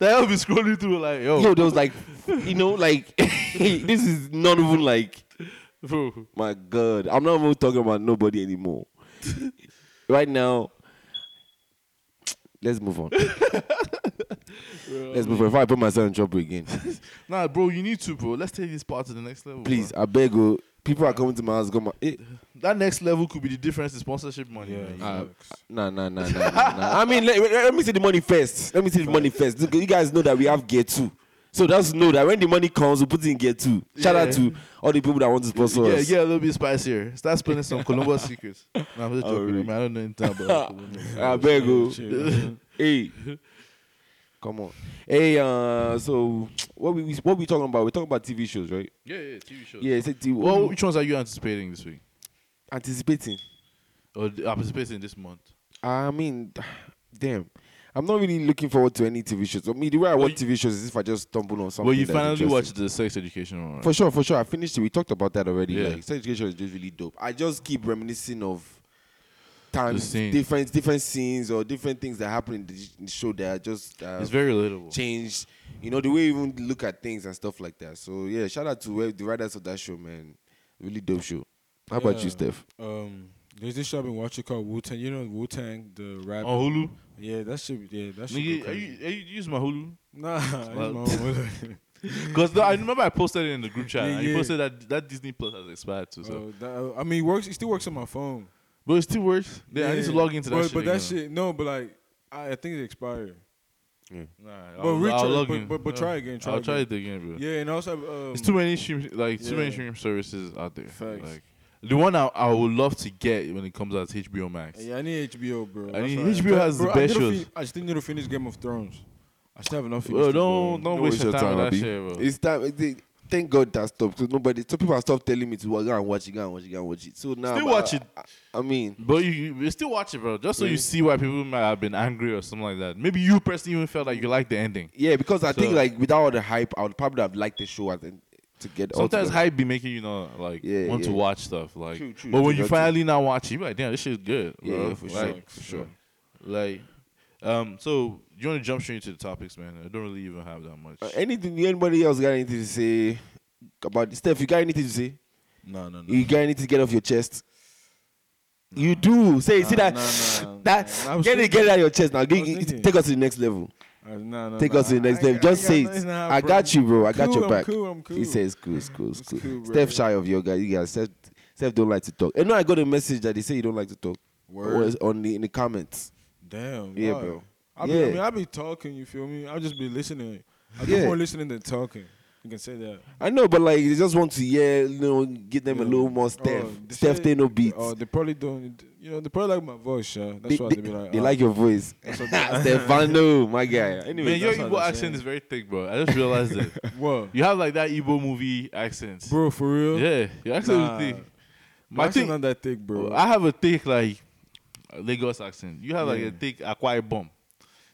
[SPEAKER 4] They'll be scrolling through like, yo,
[SPEAKER 1] yo, there was like, you know, like this is not even like
[SPEAKER 4] bro.
[SPEAKER 1] my God, I'm not even talking about nobody anymore. right now, let's move on. let's move on. If I put myself in trouble again,
[SPEAKER 4] Nah, bro, you need to, bro. Let's take this part to the next level. bro.
[SPEAKER 1] please, I beg you. People are coming to my house. Go, my, eh,
[SPEAKER 4] That next level could be the difference in sponsorship money. man.
[SPEAKER 1] uh, nah, nah, nah, nah, nah, nah. I mean, let, let- let me see the money first. Let me see the money first. Look, You guys know that we have gear two. So that's know that when the money comes, we put it in gear two. Shout out
[SPEAKER 4] Yeah.
[SPEAKER 1] to all the people that want to sponsor
[SPEAKER 4] yeah,
[SPEAKER 1] us.
[SPEAKER 4] yeah, a little bit spicier. Start spilling some Columbus secrets. Nah, I'm just joking.
[SPEAKER 1] really?
[SPEAKER 4] man. I don't know anything about Columbus.
[SPEAKER 1] I beg you.
[SPEAKER 5] Chill.
[SPEAKER 1] hey, come on. Hey, uh, so what we we- what we talking about? We're talking about TV shows, right?
[SPEAKER 4] Yeah, yeah, TV shows.
[SPEAKER 1] Yeah, it's a TV.
[SPEAKER 4] Well,
[SPEAKER 1] What we
[SPEAKER 4] which ones are you anticipating this week
[SPEAKER 1] anticipating?
[SPEAKER 4] or d- anticipating this month?
[SPEAKER 1] I mean, damn. I'm not really looking forward to any TV shows. I mean, the way I watch TV shows is if I just stumble on something.
[SPEAKER 4] well, you
[SPEAKER 1] that's
[SPEAKER 4] finally
[SPEAKER 1] interesting.
[SPEAKER 4] watched the sex education one. Right?
[SPEAKER 1] For sure, for sure. I finished it. We talked about that already.
[SPEAKER 4] Yeah.
[SPEAKER 1] Like, sex education is just really dope. I just keep reminiscing of times,
[SPEAKER 4] scene.
[SPEAKER 1] different different scenes or different things that happen in the, in the show that are just uh,
[SPEAKER 4] It's very relatable.
[SPEAKER 1] change, you know, the way you even look at things and stuff like that. So yeah, shout out to uh, the writers of that show, man. Really dope show. How about you,
[SPEAKER 5] Yeah.
[SPEAKER 1] Steph?
[SPEAKER 5] Um, there's this show I've been watching called Wu Tang. You know Wu Tang, the rap.
[SPEAKER 4] On Hulu,
[SPEAKER 5] Yeah, that should. Yeah, that should.
[SPEAKER 4] Oh. nigga, are you, are you use my Hulu?
[SPEAKER 5] Nah,
[SPEAKER 4] Well-
[SPEAKER 5] it's my own.
[SPEAKER 4] Because I remember I posted it in the group chat.
[SPEAKER 5] Yeah,
[SPEAKER 4] and you
[SPEAKER 5] yeah.
[SPEAKER 4] posted that that Disney Plus has expired too. So,
[SPEAKER 1] Uh,
[SPEAKER 5] Oh, that- I mean, it works. It still works on my phone.
[SPEAKER 4] but it still works. Yeah, I need to
[SPEAKER 5] Yeah.
[SPEAKER 4] log into that
[SPEAKER 5] but,
[SPEAKER 4] shit.
[SPEAKER 5] But that
[SPEAKER 4] again.
[SPEAKER 5] shit, no. But like, I, I think it expired.
[SPEAKER 4] Nah,
[SPEAKER 5] But
[SPEAKER 4] I'll,
[SPEAKER 5] retry-
[SPEAKER 4] I'll log
[SPEAKER 5] but-
[SPEAKER 4] in.
[SPEAKER 5] but- but try again, try
[SPEAKER 4] I'll try it
[SPEAKER 5] again.
[SPEAKER 4] again, bro.
[SPEAKER 5] Yeah, and also, um,
[SPEAKER 4] It's too many stream, like too many
[SPEAKER 5] yeah.
[SPEAKER 4] stream services out there.
[SPEAKER 5] Facts.
[SPEAKER 4] Like the one I, I would love to get when it comes out is HBO Max.
[SPEAKER 5] Yeah, I need HBO, bro. That's
[SPEAKER 4] need-
[SPEAKER 5] what
[SPEAKER 4] HBO
[SPEAKER 5] But,
[SPEAKER 4] has the
[SPEAKER 5] bro, I
[SPEAKER 4] best
[SPEAKER 5] need to
[SPEAKER 4] shows.
[SPEAKER 5] Fin- I still need to finish Game of Thrones. I still have enough.
[SPEAKER 4] Bro, don't don't waste your time, with that
[SPEAKER 1] Abi.
[SPEAKER 4] shit, bro.
[SPEAKER 1] It's time. it- it- thank God that stopped. Cause nobody, so people have stopped telling me to well, go and watch it, go and watch it, go and watch it. So now,
[SPEAKER 4] Still
[SPEAKER 1] but
[SPEAKER 4] watch
[SPEAKER 1] I,
[SPEAKER 4] it.
[SPEAKER 1] I, I mean,
[SPEAKER 4] But you, you you still watch it, bro. Just so you see why people might have been angry or something like that. Maybe you personally even felt like you liked the ending.
[SPEAKER 1] yeah, because I think
[SPEAKER 4] So-
[SPEAKER 1] like without all the hype, I would probably have liked the show at the, to get. all
[SPEAKER 4] Sometimes
[SPEAKER 1] together.
[SPEAKER 4] hype be making you know like
[SPEAKER 1] Yeah,
[SPEAKER 4] want to
[SPEAKER 1] yeah.
[SPEAKER 4] watch stuff like.
[SPEAKER 1] True, true,
[SPEAKER 4] but when
[SPEAKER 1] true,
[SPEAKER 4] you
[SPEAKER 1] that's true.
[SPEAKER 4] finally now watch it, you be like damn, this shit's good.
[SPEAKER 1] Yeah,
[SPEAKER 4] bro.
[SPEAKER 1] yeah, for
[SPEAKER 4] Like,
[SPEAKER 1] sure, for sure.
[SPEAKER 4] Like, um, so you want to jump straight into the topics, man? I don't really even have that much.
[SPEAKER 1] Uh, anything? Anybody else got anything to say about Steph? You got anything to say?
[SPEAKER 5] No, no, no.
[SPEAKER 1] You got anything to get off your chest? You do. Say, see that.
[SPEAKER 5] nah, nah,
[SPEAKER 1] that.
[SPEAKER 5] nah. I was
[SPEAKER 1] get it,
[SPEAKER 5] thinking-
[SPEAKER 1] get it out of your chest now. G-
[SPEAKER 5] was
[SPEAKER 1] g-
[SPEAKER 5] thinking.
[SPEAKER 1] take us to the next level.
[SPEAKER 5] Uh, nah, nah,
[SPEAKER 1] Take
[SPEAKER 5] nah.
[SPEAKER 1] us to the next level.
[SPEAKER 5] I-
[SPEAKER 1] Just
[SPEAKER 5] I-
[SPEAKER 1] say,
[SPEAKER 5] I-
[SPEAKER 1] it.
[SPEAKER 5] nah,
[SPEAKER 1] I
[SPEAKER 5] bro.
[SPEAKER 1] got you, bro. I got
[SPEAKER 5] Cool,
[SPEAKER 1] your
[SPEAKER 5] I'm
[SPEAKER 1] back.
[SPEAKER 5] cool, I'm cool.
[SPEAKER 1] He says, cool, it's cool, it's cool.
[SPEAKER 5] cool, bro.
[SPEAKER 1] Steph shy of your guy. You guys, Steph, Steph don't like to talk. And no, I got a message that they say you don't like to talk.
[SPEAKER 5] Word.
[SPEAKER 1] Or it's on the in the comments.
[SPEAKER 5] Damn.
[SPEAKER 1] Yeah,
[SPEAKER 5] why?
[SPEAKER 1] bro.
[SPEAKER 5] I, be,
[SPEAKER 1] Yeah.
[SPEAKER 5] I mean, I be talking. You feel me? I just be listening. I do
[SPEAKER 1] Yeah.
[SPEAKER 5] more listening than talking. You can say that.
[SPEAKER 1] I know, but like they just want to yeah, you know, give them a little more Steph.
[SPEAKER 5] Oh, they
[SPEAKER 1] Steph
[SPEAKER 5] say-
[SPEAKER 1] they no beats.
[SPEAKER 5] Oh, they probably don't. You know, they probably like my voice, yeah. That's
[SPEAKER 1] they,
[SPEAKER 5] why
[SPEAKER 1] they,
[SPEAKER 5] they be like.
[SPEAKER 1] they
[SPEAKER 5] ah.
[SPEAKER 1] like your voice. Stefano, my guy. Anyway,
[SPEAKER 4] Man, your
[SPEAKER 5] that's how
[SPEAKER 4] Igbo
[SPEAKER 5] they say
[SPEAKER 4] accent
[SPEAKER 5] it.
[SPEAKER 4] is very thick, bro. I just realized it.
[SPEAKER 5] What,
[SPEAKER 4] You have like that Igbo movie accent.
[SPEAKER 5] bro? For real?
[SPEAKER 4] Yeah, your accent
[SPEAKER 5] Nah.
[SPEAKER 4] is thick.
[SPEAKER 5] My
[SPEAKER 4] My
[SPEAKER 5] accent
[SPEAKER 4] thing,
[SPEAKER 5] not that thick, bro.
[SPEAKER 4] Oh, I have a thick like Lagos accent. You have like
[SPEAKER 5] Yeah.
[SPEAKER 4] a thick Akwa Ibom.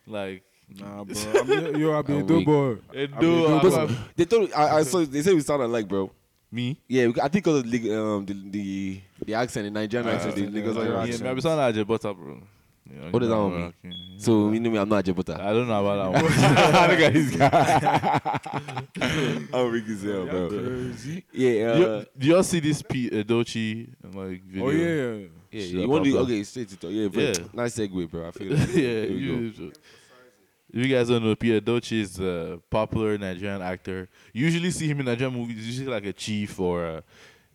[SPEAKER 4] Like
[SPEAKER 5] nah, bro. I'm, yo, I've been a
[SPEAKER 1] I'm
[SPEAKER 5] dope
[SPEAKER 1] weak.
[SPEAKER 5] boy.
[SPEAKER 4] Edo,
[SPEAKER 5] Igbo,
[SPEAKER 1] Because
[SPEAKER 4] Akwa-
[SPEAKER 1] they told I, I saw they said we sound alike, bro.
[SPEAKER 4] me.
[SPEAKER 1] Yeah, we- I think because of the, um, the the the accent, the Nigerian accent, the Lagos
[SPEAKER 5] yeah,
[SPEAKER 1] accent.
[SPEAKER 4] Yeah,
[SPEAKER 5] accent.
[SPEAKER 4] maybe sound like Ajebota, bro. Yeah,
[SPEAKER 1] What does that one
[SPEAKER 4] Iraq, yeah.
[SPEAKER 1] So you know me, I'm not Ajibota.
[SPEAKER 4] I don't know about that one.
[SPEAKER 1] Look at this guy. I'm weak as hell, bro.
[SPEAKER 5] Crazy.
[SPEAKER 1] Yeah, uh,
[SPEAKER 4] you, do y'all see this Pete Edochi like video?
[SPEAKER 5] Oh yeah.
[SPEAKER 1] yeah.
[SPEAKER 4] shit
[SPEAKER 1] You
[SPEAKER 4] up,
[SPEAKER 1] want to
[SPEAKER 4] bro.
[SPEAKER 1] okay? Straight to talk. Yeah, bro.
[SPEAKER 4] Yeah.
[SPEAKER 1] Nice segue, bro. I feel.
[SPEAKER 4] yeah,
[SPEAKER 1] Like, Here we go.
[SPEAKER 4] you, if you guys don't know, Pierre Doce is a popular Nigerian actor. You usually see him in Nigerian movies, usually like a chief or a,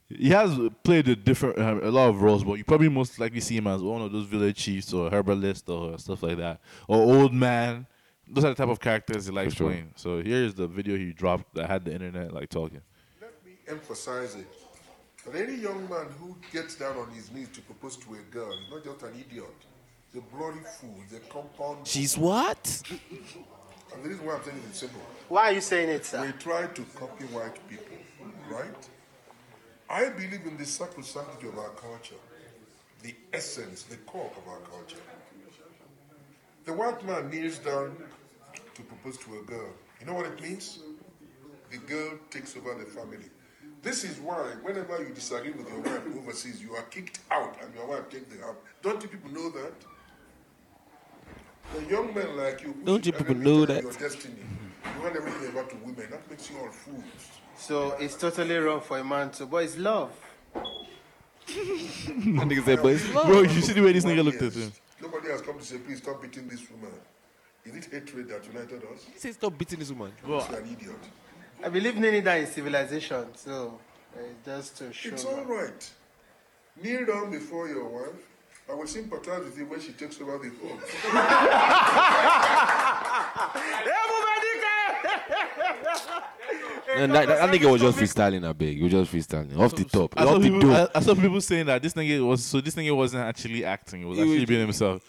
[SPEAKER 4] he has played a different um, a lot of roles, but you probably most likely see him as one of those village chiefs or herbalist or stuff like that, or old man. Those are the type of characters he likes
[SPEAKER 1] sure.
[SPEAKER 4] playing. So here's the video he dropped that had the internet like talking.
[SPEAKER 8] Let me emphasize it. That any young man who gets down on his knees to propose to a girl is not just an idiot. He's a bloody fool. He's a compound.
[SPEAKER 1] She's what?
[SPEAKER 8] And the reason why I'm saying it is simple.
[SPEAKER 9] Why are you saying it, sir?
[SPEAKER 8] We try to copy white people, right? I believe in the sacred sanctity of our culture, the essence, the core of our culture. The white man kneels down to propose to a girl. You know what it means? The girl takes over the family. This is why, whenever you disagree with your wife overseas, you are kicked out and your wife takes the house. Don't you people know that? The young men like you, who
[SPEAKER 1] Don't
[SPEAKER 8] should
[SPEAKER 1] you people
[SPEAKER 8] elevate
[SPEAKER 1] know
[SPEAKER 8] your
[SPEAKER 1] that?
[SPEAKER 8] destiny. You want everything about the women. That makes you all fools.
[SPEAKER 9] So it's totally wrong for a man to, but it's love.
[SPEAKER 1] That nigga said, but it's
[SPEAKER 4] Bro, Oh, you see the way this nigga looked at him.
[SPEAKER 8] Nobody has come to say, please stop beating this woman. Is it hatred that united us?
[SPEAKER 1] He said, stop beating this woman.
[SPEAKER 8] She's an idiot.
[SPEAKER 9] I believe Nini died in civilization, so uh, just to show.
[SPEAKER 8] It's all
[SPEAKER 9] that.
[SPEAKER 8] right. Kneel down before your wife. I will sympathize with you when she takes over the home.
[SPEAKER 1] And that, that, that nigga was just freestyling, I beg. He was just freestyling. Off the top.
[SPEAKER 4] I saw,
[SPEAKER 1] Off the
[SPEAKER 4] people, I,
[SPEAKER 1] dome.
[SPEAKER 4] I saw people saying that this nigga was so this nigga wasn't actually acting; it was
[SPEAKER 1] He
[SPEAKER 4] actually
[SPEAKER 1] was-
[SPEAKER 4] being himself.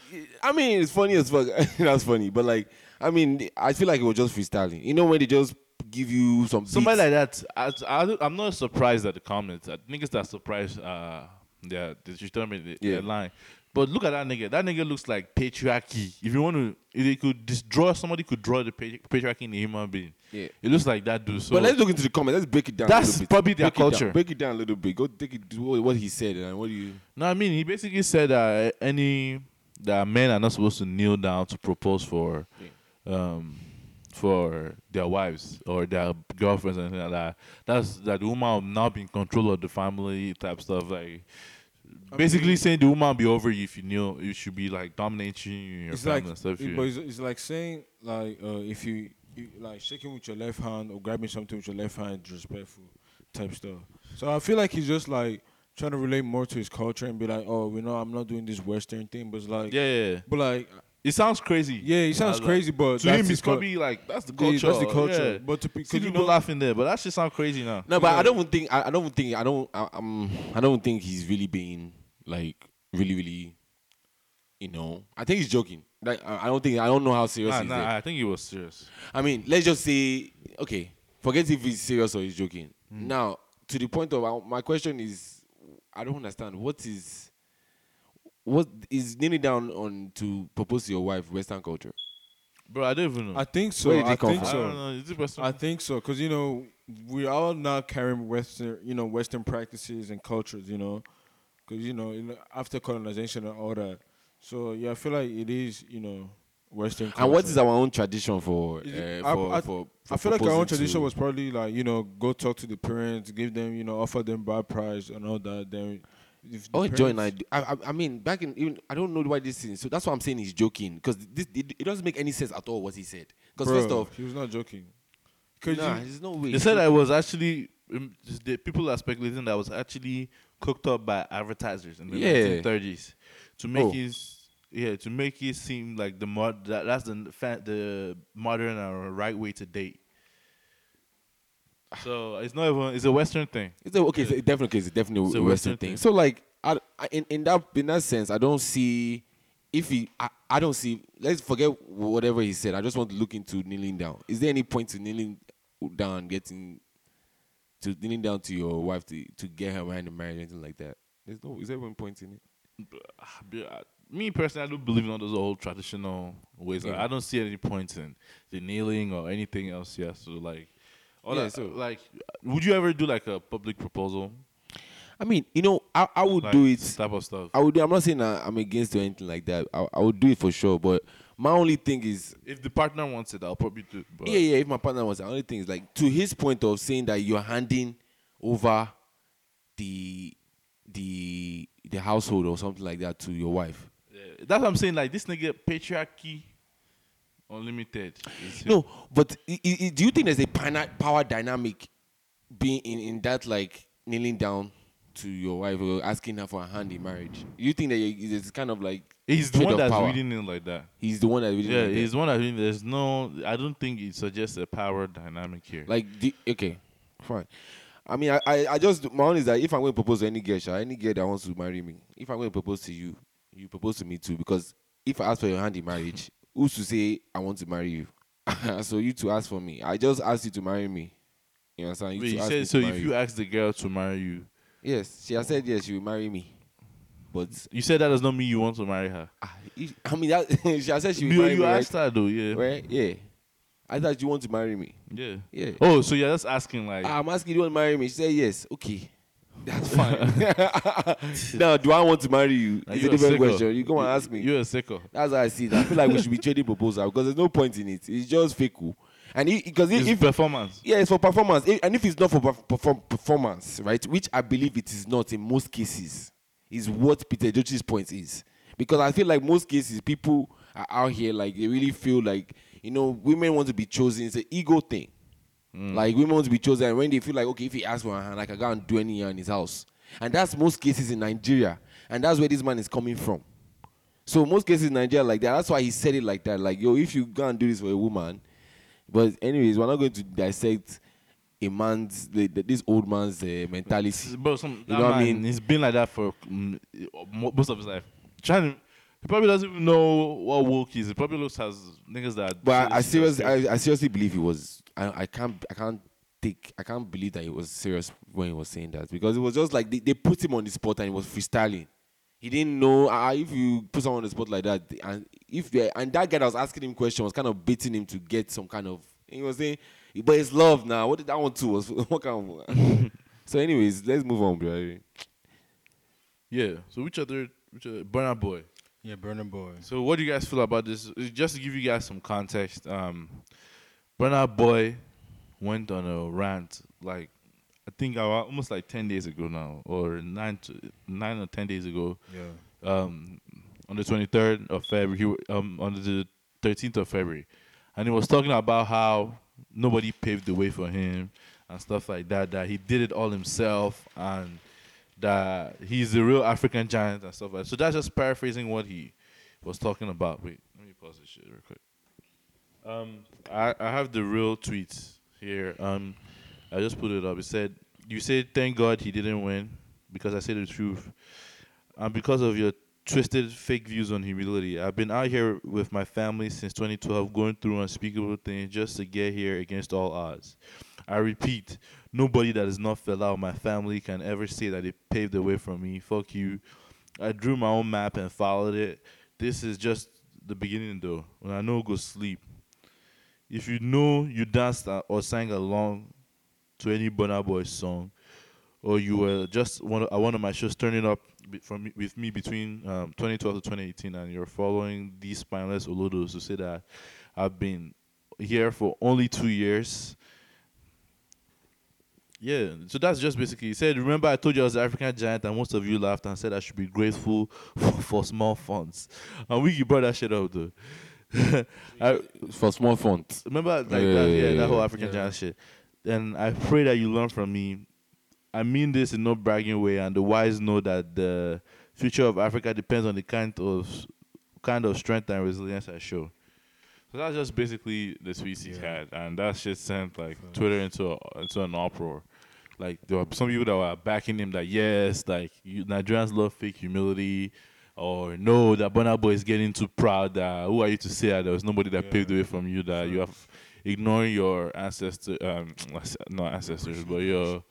[SPEAKER 1] I mean, it's funny as fuck. That's funny. But like, I mean, I feel like it was just freestyling. You know when they just give you some
[SPEAKER 4] Somebody
[SPEAKER 1] beats?
[SPEAKER 4] like that, I, I, I'm not surprised at the comments. I think it's that surprise. Uh, yeah, that you told me the,
[SPEAKER 1] Yeah.
[SPEAKER 4] the line. But look at that nigga. That nigga looks like patriarchy. If you want to, if they could just draw somebody could draw the patri- patriarchy in a human being.
[SPEAKER 1] Yeah.
[SPEAKER 4] it looks like that dude. So
[SPEAKER 1] but let's look into the comments. Let's break it down.
[SPEAKER 4] That's
[SPEAKER 1] a little bit.
[SPEAKER 4] probably their
[SPEAKER 1] break it down.
[SPEAKER 4] culture.
[SPEAKER 1] break it down a little bit. Go take it. do What what he said and what do you?
[SPEAKER 4] no, I mean he basically said that any that men are not supposed to kneel down to propose for, um, for their wives or their girlfriends and anything like that. That's that the woman will not be in control of the family type stuff like. Basically saying the woman will be over you if you kneel, you should be like dominating you and your
[SPEAKER 5] It's
[SPEAKER 4] family
[SPEAKER 5] like,
[SPEAKER 4] and stuff.
[SPEAKER 5] it-
[SPEAKER 4] you-
[SPEAKER 5] but it's, it's like saying like uh, if you, you like shaking with your left hand or grabbing something with your left hand, is respectful type stuff. So I feel like he's just like trying to relate more to his culture and be like, oh, you know, I'm not doing this Western thing, but it's like,
[SPEAKER 4] yeah, yeah, yeah.
[SPEAKER 5] but like,
[SPEAKER 4] it sounds crazy.
[SPEAKER 5] yeah, it sounds
[SPEAKER 4] I like-
[SPEAKER 5] crazy, but
[SPEAKER 4] to
[SPEAKER 5] that's
[SPEAKER 4] him,
[SPEAKER 5] his
[SPEAKER 4] it's
[SPEAKER 5] cul-
[SPEAKER 4] probably like that's the
[SPEAKER 5] Yeah,
[SPEAKER 4] culture.
[SPEAKER 5] that's the culture.
[SPEAKER 4] yeah.
[SPEAKER 5] But to pe-
[SPEAKER 4] See
[SPEAKER 5] 'cause you
[SPEAKER 4] people
[SPEAKER 5] know-
[SPEAKER 4] laughing there, but that shit sound crazy now.
[SPEAKER 1] No, but I don't even think. I, I don't think. I don't. I, I'm. I don't think he's really being like really, really. You know, I think he's joking. Like I I don't think. I don't know how serious
[SPEAKER 4] Nah,
[SPEAKER 1] he's.
[SPEAKER 4] nah, I think he was serious.
[SPEAKER 1] I mean, let's just say, okay, forget if he's serious or he's joking.
[SPEAKER 5] Hmm.
[SPEAKER 1] Now, to the point of uh, my question is, I don't understand what is, what is kneeling down on to propose to your wife Western culture?
[SPEAKER 4] Bro, I don't even know.
[SPEAKER 5] I think so.
[SPEAKER 1] Where did he
[SPEAKER 5] I
[SPEAKER 1] come
[SPEAKER 5] think
[SPEAKER 1] from?
[SPEAKER 4] I
[SPEAKER 5] so.
[SPEAKER 4] don't know. Is it Western?
[SPEAKER 5] I think so, cause you know we all now carrying Western, you know, Western practices and cultures, you know, cause you know in- after colonization and all that. So yeah, I feel like it is, you know, Western. Culture.
[SPEAKER 1] And what is our own tradition for?
[SPEAKER 5] Is
[SPEAKER 1] uh,
[SPEAKER 5] it-
[SPEAKER 1] for,
[SPEAKER 5] I, I,
[SPEAKER 1] for,
[SPEAKER 5] I
[SPEAKER 1] for
[SPEAKER 5] feel like our own
[SPEAKER 1] proposing
[SPEAKER 5] tradition
[SPEAKER 1] to-
[SPEAKER 5] was probably like you know go talk to the parents, give them you know offer them bar prize and all that. Then if the
[SPEAKER 1] Oh, join! I,
[SPEAKER 5] parents-
[SPEAKER 1] I, I- I mean, back in even I don't know why this is. So that's why I'm saying he's joking because this it, it doesn't make any sense at all what he said. Because
[SPEAKER 5] Bro,
[SPEAKER 1] first off,
[SPEAKER 5] he was not joking. Cause
[SPEAKER 1] nah,
[SPEAKER 5] you-
[SPEAKER 1] there's no way.
[SPEAKER 4] they said I was actually um, just the people are speculating that I was actually cooked up by advertisers in the
[SPEAKER 1] Yeah.
[SPEAKER 4] 1930s to make
[SPEAKER 1] Oh.
[SPEAKER 4] it yeah to make it seem like the mod that, that's the fa- the modern or right way to date. So it's not even. It's a Western thing.
[SPEAKER 1] It's a, okay, it's a- definitely, it's definitely
[SPEAKER 4] It's
[SPEAKER 1] a Western, thing. So like, I, I in, in that in that sense, I don't see if he, I, I don't see. Let's forget whatever he said. I just want to look into kneeling down. Is there any point to kneeling down, getting to kneeling down to your wife to to get her hand in marriage, anything like that? There's no. Is there one point in it?
[SPEAKER 4] Ah, be- I- Me personally, I don't believe in all those old traditional ways. Like,
[SPEAKER 1] Yeah.
[SPEAKER 4] I don't see any point in the kneeling or anything else. Yeah. So like, all
[SPEAKER 1] Yeah,
[SPEAKER 4] that,
[SPEAKER 1] so-
[SPEAKER 4] like, would you ever do like a public proposal?
[SPEAKER 1] I mean, you know, I, I would
[SPEAKER 4] Like,
[SPEAKER 1] do it.
[SPEAKER 4] Type of stuff.
[SPEAKER 1] I would. do- I'm not saying I, I'm against or anything like that. I, I would do it for sure. But my only thing is,
[SPEAKER 4] if the partner wants it, I'll probably do. it, But
[SPEAKER 1] yeah, yeah. If my partner was the only thing is like to his point of saying that you're handing over the the the household or something like that to your wife.
[SPEAKER 4] Yeah, That's what I'm saying. Like this nigga patriarchy, unlimited. is him.
[SPEAKER 1] No, but i- i- i- do you think there's a pana- power dynamic being in, in that like kneeling down to your wife or asking her for a hand in marriage? You think that you- it's kind of like
[SPEAKER 4] he's the
[SPEAKER 1] trade
[SPEAKER 4] one
[SPEAKER 1] of
[SPEAKER 4] that's
[SPEAKER 1] power.
[SPEAKER 4] reading it like that.
[SPEAKER 1] he's the one that really
[SPEAKER 4] Yeah,
[SPEAKER 1] like that.
[SPEAKER 4] he's the one that reading. There's no. I don't think it suggests a power dynamic here.
[SPEAKER 1] Like, the, okay, fine. I mean, I, I, I just my own is that if I'm going to propose to any girl, sha, any girl that wants to marry me, if I'm going to propose to you, you propose to me too. Because if I ask for your hand in marriage, who's to say I want to marry you? so you to ask for me. I just asked you to marry me. You understand? You
[SPEAKER 4] Wait,
[SPEAKER 1] to
[SPEAKER 4] you
[SPEAKER 1] ask me
[SPEAKER 4] said
[SPEAKER 1] to
[SPEAKER 4] so. If
[SPEAKER 1] marry
[SPEAKER 4] you ask the girl to marry you,
[SPEAKER 1] yes, she has said yes, she will marry me. But
[SPEAKER 4] you said that does not mean you want to marry her.
[SPEAKER 1] ah, if- I mean, that, she has said she will
[SPEAKER 4] you
[SPEAKER 1] marry
[SPEAKER 4] you
[SPEAKER 1] me.
[SPEAKER 4] asked
[SPEAKER 1] right?
[SPEAKER 4] her though. Yeah.
[SPEAKER 1] Right? Yeah. I thought you want to marry me.
[SPEAKER 4] Yeah.
[SPEAKER 1] Yeah. Ah,
[SPEAKER 4] Oh, so you're just asking like.
[SPEAKER 1] I'm asking, you want to marry me? She said, yes. Okay. That's fine. now, do I want to marry you?
[SPEAKER 4] like,
[SPEAKER 1] It's
[SPEAKER 4] you
[SPEAKER 1] a different
[SPEAKER 4] sicko.
[SPEAKER 1] question. You go and
[SPEAKER 4] You-
[SPEAKER 1] ask me.
[SPEAKER 4] You're a sicko.
[SPEAKER 1] That's how I see it. I feel like we should be trading proposal because there's no point in it. It's just fake. oo. And because
[SPEAKER 4] It's
[SPEAKER 1] if,
[SPEAKER 4] performance.
[SPEAKER 1] yeah, it's for performance. Eh, And if it's not for perf- perform- performance, right, which I believe it is not in most cases, is what Peter Jochi's point is. Because I feel like most cases, people are out here like they really feel like, you know, women want to be chosen. It's an ego thing. Like women want to be chosen. And when they feel like, okay, if he asks for a hand, I can go and do any here in his house. And that's most cases in Nigeria. And that's where this man is coming from. So most cases in Nigeria like that. That's why he said it like that. Like, yo, if you go and do this for a woman, but anyways, we're not going to dissect a man's the, the- this old man's uh, mentality.
[SPEAKER 4] Bro, some, that
[SPEAKER 1] know what I
[SPEAKER 4] man,
[SPEAKER 1] mean?
[SPEAKER 4] He's been like that for mm, mo- most of his life. Trying to, he probably doesn't even know what woke is. He probably looks as niggas that. are
[SPEAKER 1] But I, I
[SPEAKER 4] just-
[SPEAKER 1] seriously, I, I seriously believe he was. I, I can't, I can't take, I can't believe that he was serious when he was saying that because it was just like they, they put him on the spot and he was freestyling. He didn't know uh, if you put someone on the spot like that, and if they- and that guy that was asking him questions was kind of baiting him to get some kind of. He was saying, but it's love now. What did that one too was? What kind of? so, anyways, let's move on, bro.
[SPEAKER 4] yeah. So which other, which other, Burner Boy.
[SPEAKER 5] Yeah, Burner Boy.
[SPEAKER 4] So what do you guys feel about this? Uh, Just to give you guys some context, um, Burner Boy went on a rant like I think about almost like ten days ago now, or nine to nine or ten days ago.
[SPEAKER 5] Yeah.
[SPEAKER 4] um, on the 23rd of February, he w- um, on the 13th of February, and he was talking about how nobody paved the way for him and stuff like that. That he did it all himself and that he's the real African giant and stuff like. that. So that's just paraphrasing what he was talking about. Wait, let me pause this shit real quick. Um, I, I have the real tweet here. Um, I just put it up. It said, "You said thank God he didn't win because I said the truth, and because of your twisted fake views on humility, I've been out here with my family since 2012, going through unspeakable things just to get here against all odds. I repeat, nobody that is not fell out of my family can ever say that they paved the way for me. Fuck you. I drew my own map and followed it. This is just the beginning though. When I know go sleep." If you know you danced a- or sang along to any Burna Boy song, or you were just one of, at one of my shows turning up be- from me- with me between um, 2012 to 2018, and you're following these spineless olodos who say that I've been here for only two years. Yeah, so that's just basically. He said, "Remember, I told you I was the African giant, and most of you laughed and said I should be grateful for, for small funds." And we brought that shit up though. I,
[SPEAKER 1] For small font.
[SPEAKER 4] Remember, like
[SPEAKER 1] Yeah,
[SPEAKER 4] that,
[SPEAKER 1] yeah,
[SPEAKER 4] yeah,
[SPEAKER 1] yeah,
[SPEAKER 4] that whole
[SPEAKER 1] yeah.
[SPEAKER 4] African giant shit. And I pray that you learn from me. I mean this in no bragging way, and the wise know that the future of Africa depends on the kind of kind of strength and resilience I show. So So that's just basically the tweets he had, and that shit sent like Twitter into a, into an uproar. Like there were some people that were backing him that yes, like you, Nigerians love fake humility, or no, that Burna Boy is getting too proud. That who are you to say that there was nobody that paved the way from you? That you have ignoring your ancestor, um, not ancestors, but your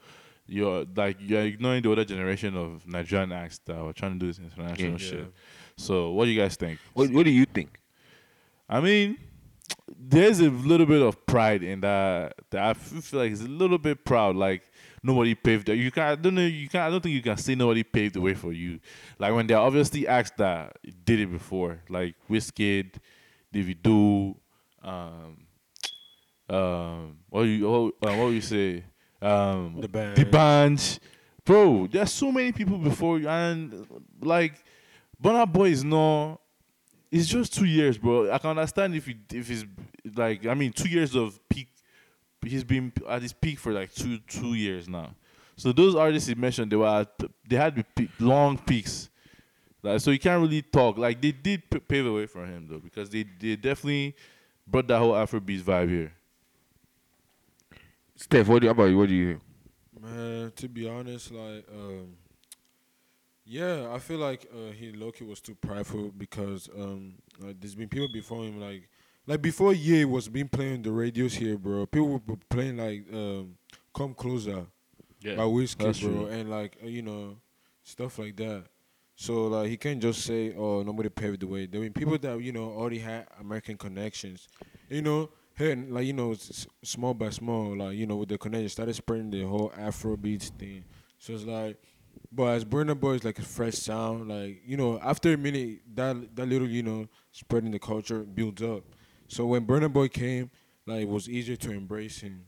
[SPEAKER 4] you're like you're ignoring the older generation of Nigerian acts that were trying to do this international shit. So what do you guys think?
[SPEAKER 1] What, what do you think?
[SPEAKER 4] I mean, there's a little bit of pride in that. that I f- feel like it's a little bit proud. Like nobody paved. the- You can I don't know. You can I don't think you can say nobody paved the way for you. Like when there are obviously acts that did it before, like Wizkid, Davido, um, um, what you what, uh, what you say, um,
[SPEAKER 5] The Band.
[SPEAKER 4] the band, bro. There's so many people before you, and like, Burna Boy is not it's just two years, bro. I can understand if he, if he's like I mean two years of peak. He's been at his peak for like two two years now. So those artists he mentioned, they were at, they had the peak, long peaks. Like so, you can't really talk. Like they did p- pave the way for him though, because they they definitely brought that whole Afrobeat vibe here.
[SPEAKER 1] Steph, what do, how about you? What do you hear?
[SPEAKER 5] Man, to be honest, like, um, yeah, I feel like uh, he Loki was too prideful because um, like, there's been people before him, like, like before Ye was being playing the radios here, bro. People were playing like um, "Come Closer"
[SPEAKER 4] Yeah,
[SPEAKER 5] by Whiskey,
[SPEAKER 4] that's
[SPEAKER 5] bro,
[SPEAKER 4] true.
[SPEAKER 5] and like uh, you know stuff like that. So like he can't just say, "Oh, nobody paved the way." There were people that you know already had American connections, you know. Here, and, like you know, s- s- small by small, like you know, with the connections, started spreading the whole Afrobeats thing. So it's like, but as Burna Boy is like a fresh sound, like you know, after a minute, that that little you know spreading the culture builds up. So when Burna Boy came, like it was easier to embrace him.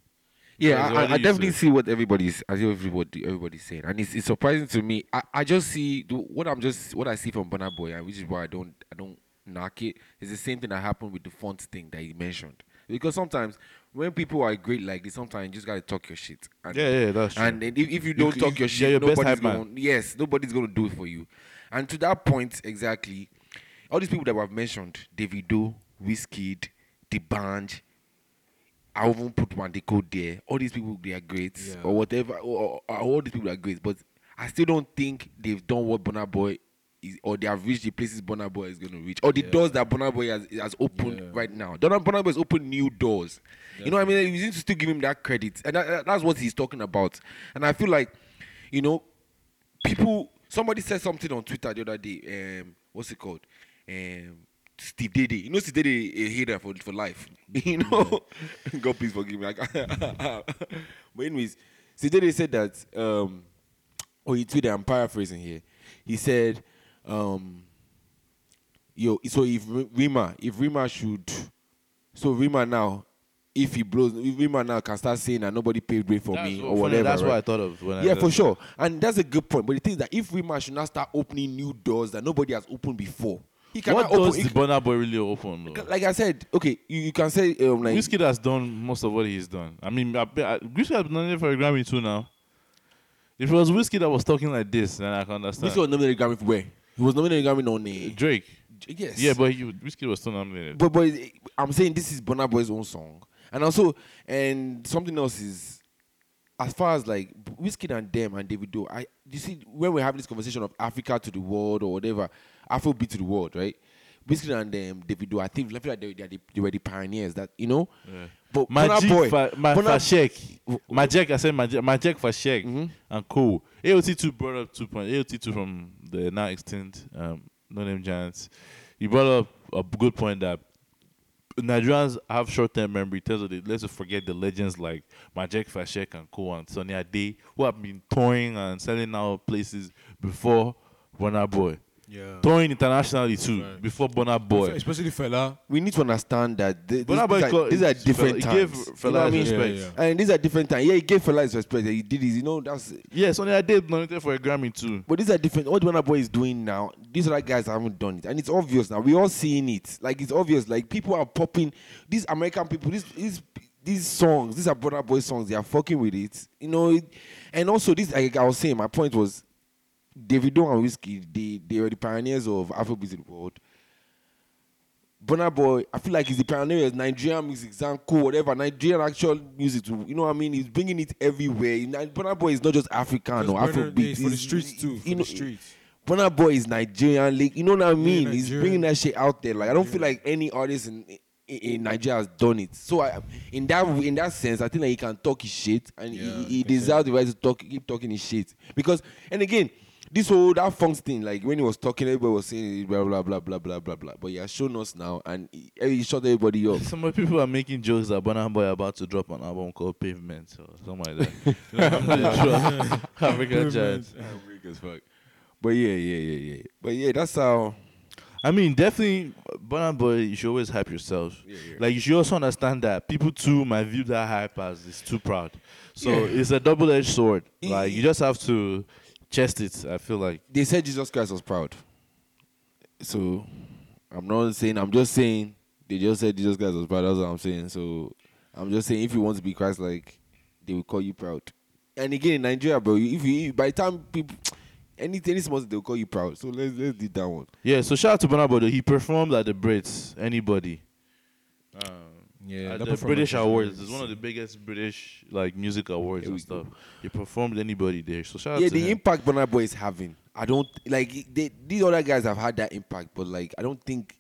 [SPEAKER 1] Yeah,
[SPEAKER 4] Guys,
[SPEAKER 1] I,
[SPEAKER 4] what
[SPEAKER 1] I,
[SPEAKER 4] do
[SPEAKER 1] I
[SPEAKER 4] you
[SPEAKER 1] definitely
[SPEAKER 4] say?
[SPEAKER 1] see what everybody's, I see everybody, everybody's saying, and it's, it's surprising to me. I, I just see the- what I'm just what I see from Burna Boy, and which is why I don't I don't knock it. It's the same thing that happened with the font thing that he mentioned. Because sometimes when people are great like this, sometimes you just gotta talk your shit. And,
[SPEAKER 4] Yeah, yeah, that's true.
[SPEAKER 1] And if, if you don't
[SPEAKER 4] c-
[SPEAKER 1] talk your
[SPEAKER 4] you're
[SPEAKER 1] shit,
[SPEAKER 4] your best
[SPEAKER 1] nobody's
[SPEAKER 4] hype man.
[SPEAKER 1] gonna yes, nobody's gonna do it for you. And to that point, exactly, all these people that I've mentioned, Davido, Wizkid, The Band, I won't put Mandico there. All these people, they are great, or whatever. Or, or- or all these people are great, but I still don't think they've done what Burna Boy is, or they have reached the places Burna Boy is going to reach, or the doors that Burna Boy has, has opened right now. Donna Burna Boy has opened new doors. You know, what I mean, we need to still give him that credit, and that- that- that's what he's talking about. And I feel like, you know, people somebody said something on Twitter the other day. Um, what's it called? Um, Steve Dede. You know Steve Dede a hater for, for life. You know, God please forgive me. I can't- but anyways, Steve Dede said that. Um, oh, he tweeted. I'm paraphrasing here. He said, um, "Yo, so if R- Rima, if Rima should, so Rima now." If he blows, if Rima now can start saying that nobody paid way for me or whatever.
[SPEAKER 4] That's
[SPEAKER 1] right?
[SPEAKER 4] what I thought of when I
[SPEAKER 1] yeah,
[SPEAKER 4] just-
[SPEAKER 1] for sure. And that's a good point. But the thing is that if Rima should not start opening new doors that nobody has opened before, he
[SPEAKER 4] What
[SPEAKER 1] cannot
[SPEAKER 4] does
[SPEAKER 1] open.
[SPEAKER 4] the
[SPEAKER 1] he
[SPEAKER 4] Burna Boy really open though?
[SPEAKER 1] c- like I said, okay, you, you can say um, like
[SPEAKER 4] Whiskey has done most of what he's done. I mean, I, bet- I, Whiskey has been nominated for a Grammy too now. If it was Whiskey that was talking like this, then I can understand.
[SPEAKER 1] Whiskey was nominated Grammy for where? He was nominated Grammy on the
[SPEAKER 4] Drake.
[SPEAKER 1] yes.
[SPEAKER 4] Yeah, but he, Whiskey was still nominated.
[SPEAKER 1] but but I'm saying this is Burna Boy's own song, and also and something else is as far as like Whiskey and them and Davido. I you see when we're having this conversation of Africa to the world or whatever, Afrobeat to the world, right? Whiskey and them, Davido. I think I feel like they, they, are the- they were the pioneers that you know. But Burna
[SPEAKER 4] Magic
[SPEAKER 1] Boy,
[SPEAKER 4] fa, ma,
[SPEAKER 1] Burna-
[SPEAKER 4] Fashek. Magic, I said Magic, Magic Fashek and Co. AOT2 brought up two points. AOT2 from the now extinct um, No Name Giants. He brought up a good point that Nigerians have short-term memory. Tells us let's not forget the legends like Majek Fashek and Co. and Sonny Ade, who have been touring and selling out places before Burna Boy.
[SPEAKER 5] Yeah.
[SPEAKER 4] Touring internationally too before Burna Boy.
[SPEAKER 5] Especially Fela.
[SPEAKER 1] we need to understand that th- these,
[SPEAKER 4] Burna Boy
[SPEAKER 1] these, are,
[SPEAKER 4] got-
[SPEAKER 1] these are different
[SPEAKER 4] Fela- he gave
[SPEAKER 1] times.
[SPEAKER 4] Fela
[SPEAKER 1] you know what I
[SPEAKER 4] his
[SPEAKER 1] mean?
[SPEAKER 4] respect.
[SPEAKER 5] Yeah,
[SPEAKER 1] And these are different times. Yeah, he gave Fela his respect. He did his, you know, that's
[SPEAKER 4] Yeah, Sonny Ade nominated for a Grammy too.
[SPEAKER 1] But these are different. What Burna Boy is doing now, these other guys haven't done it, and it's obvious now. We all seeing it. Like it's obvious. Like people are popping these American people. These these these songs. These are Burna Boy songs. They are fucking with it. You know. It, and also this, like I was saying, my point was, Davido and Whiskey, they they were the pioneers of Afrobeat in the world. Burna Boy, I feel like he's the pioneer of Nigerian music, Zanko, whatever, Nigerian actual music. To, you know what I mean? He's bringing it everywhere. Ni- Burna Boy is not just African
[SPEAKER 5] Because
[SPEAKER 1] or
[SPEAKER 5] Burna- yeah,
[SPEAKER 1] Afrobeat.
[SPEAKER 5] it's for the streets too, for the streets.
[SPEAKER 1] Burna Boy is Nigerian, like, you know what I mean? he's
[SPEAKER 5] Nigerian.
[SPEAKER 1] bringing that shit out there. Like I don't feel like any artist in, in in Nigeria has done it. So I, in that in that sense, I think that he can talk his shit and he- he, he deserves the right to talk, keep talking his shit. Because and again, this whole that funks thing, like when he was talking, everybody was saying blah blah blah blah blah blah blah. But he has shown us now, and he, he shut everybody up.
[SPEAKER 4] Some of the people are making jokes that Burna Boy about to drop an album called Pavement or something like that. I'm not sure. African Giant.
[SPEAKER 1] Weak as fuck. But yeah, yeah, yeah, yeah. But yeah, that's how.
[SPEAKER 4] I mean, definitely, Burna Boy, you should always hype yourself. Like, you should also understand that people too might view that hype as it's too proud. So it's a double-edged sword.
[SPEAKER 1] It-
[SPEAKER 4] Like, you just have to chest it. I feel like.
[SPEAKER 1] they said Jesus Christ was proud. So I'm not saying I'm just saying they just said Jesus Christ was proud. That's what I'm saying. So I'm just saying if you want to be Christ like, they will call you proud. And again in Nigeria, bro, if you by the time people anything this month they'll call you proud. So let's let's do that one.
[SPEAKER 4] Yeah, so shout out to Burna Boy. though. He performed at the Brits. Anybody.
[SPEAKER 5] Yeah,
[SPEAKER 4] At
[SPEAKER 5] that
[SPEAKER 4] Uh, the
[SPEAKER 5] performance
[SPEAKER 4] British
[SPEAKER 5] was
[SPEAKER 4] Awards.
[SPEAKER 5] nice.
[SPEAKER 4] It's one of the biggest British like music awards and stuff. He performed anybody there. So shout
[SPEAKER 1] yeah,
[SPEAKER 4] out to
[SPEAKER 1] the
[SPEAKER 4] him.
[SPEAKER 1] impact Burna Boy is having. I don't like they, these other guys have had that impact, but like I don't think.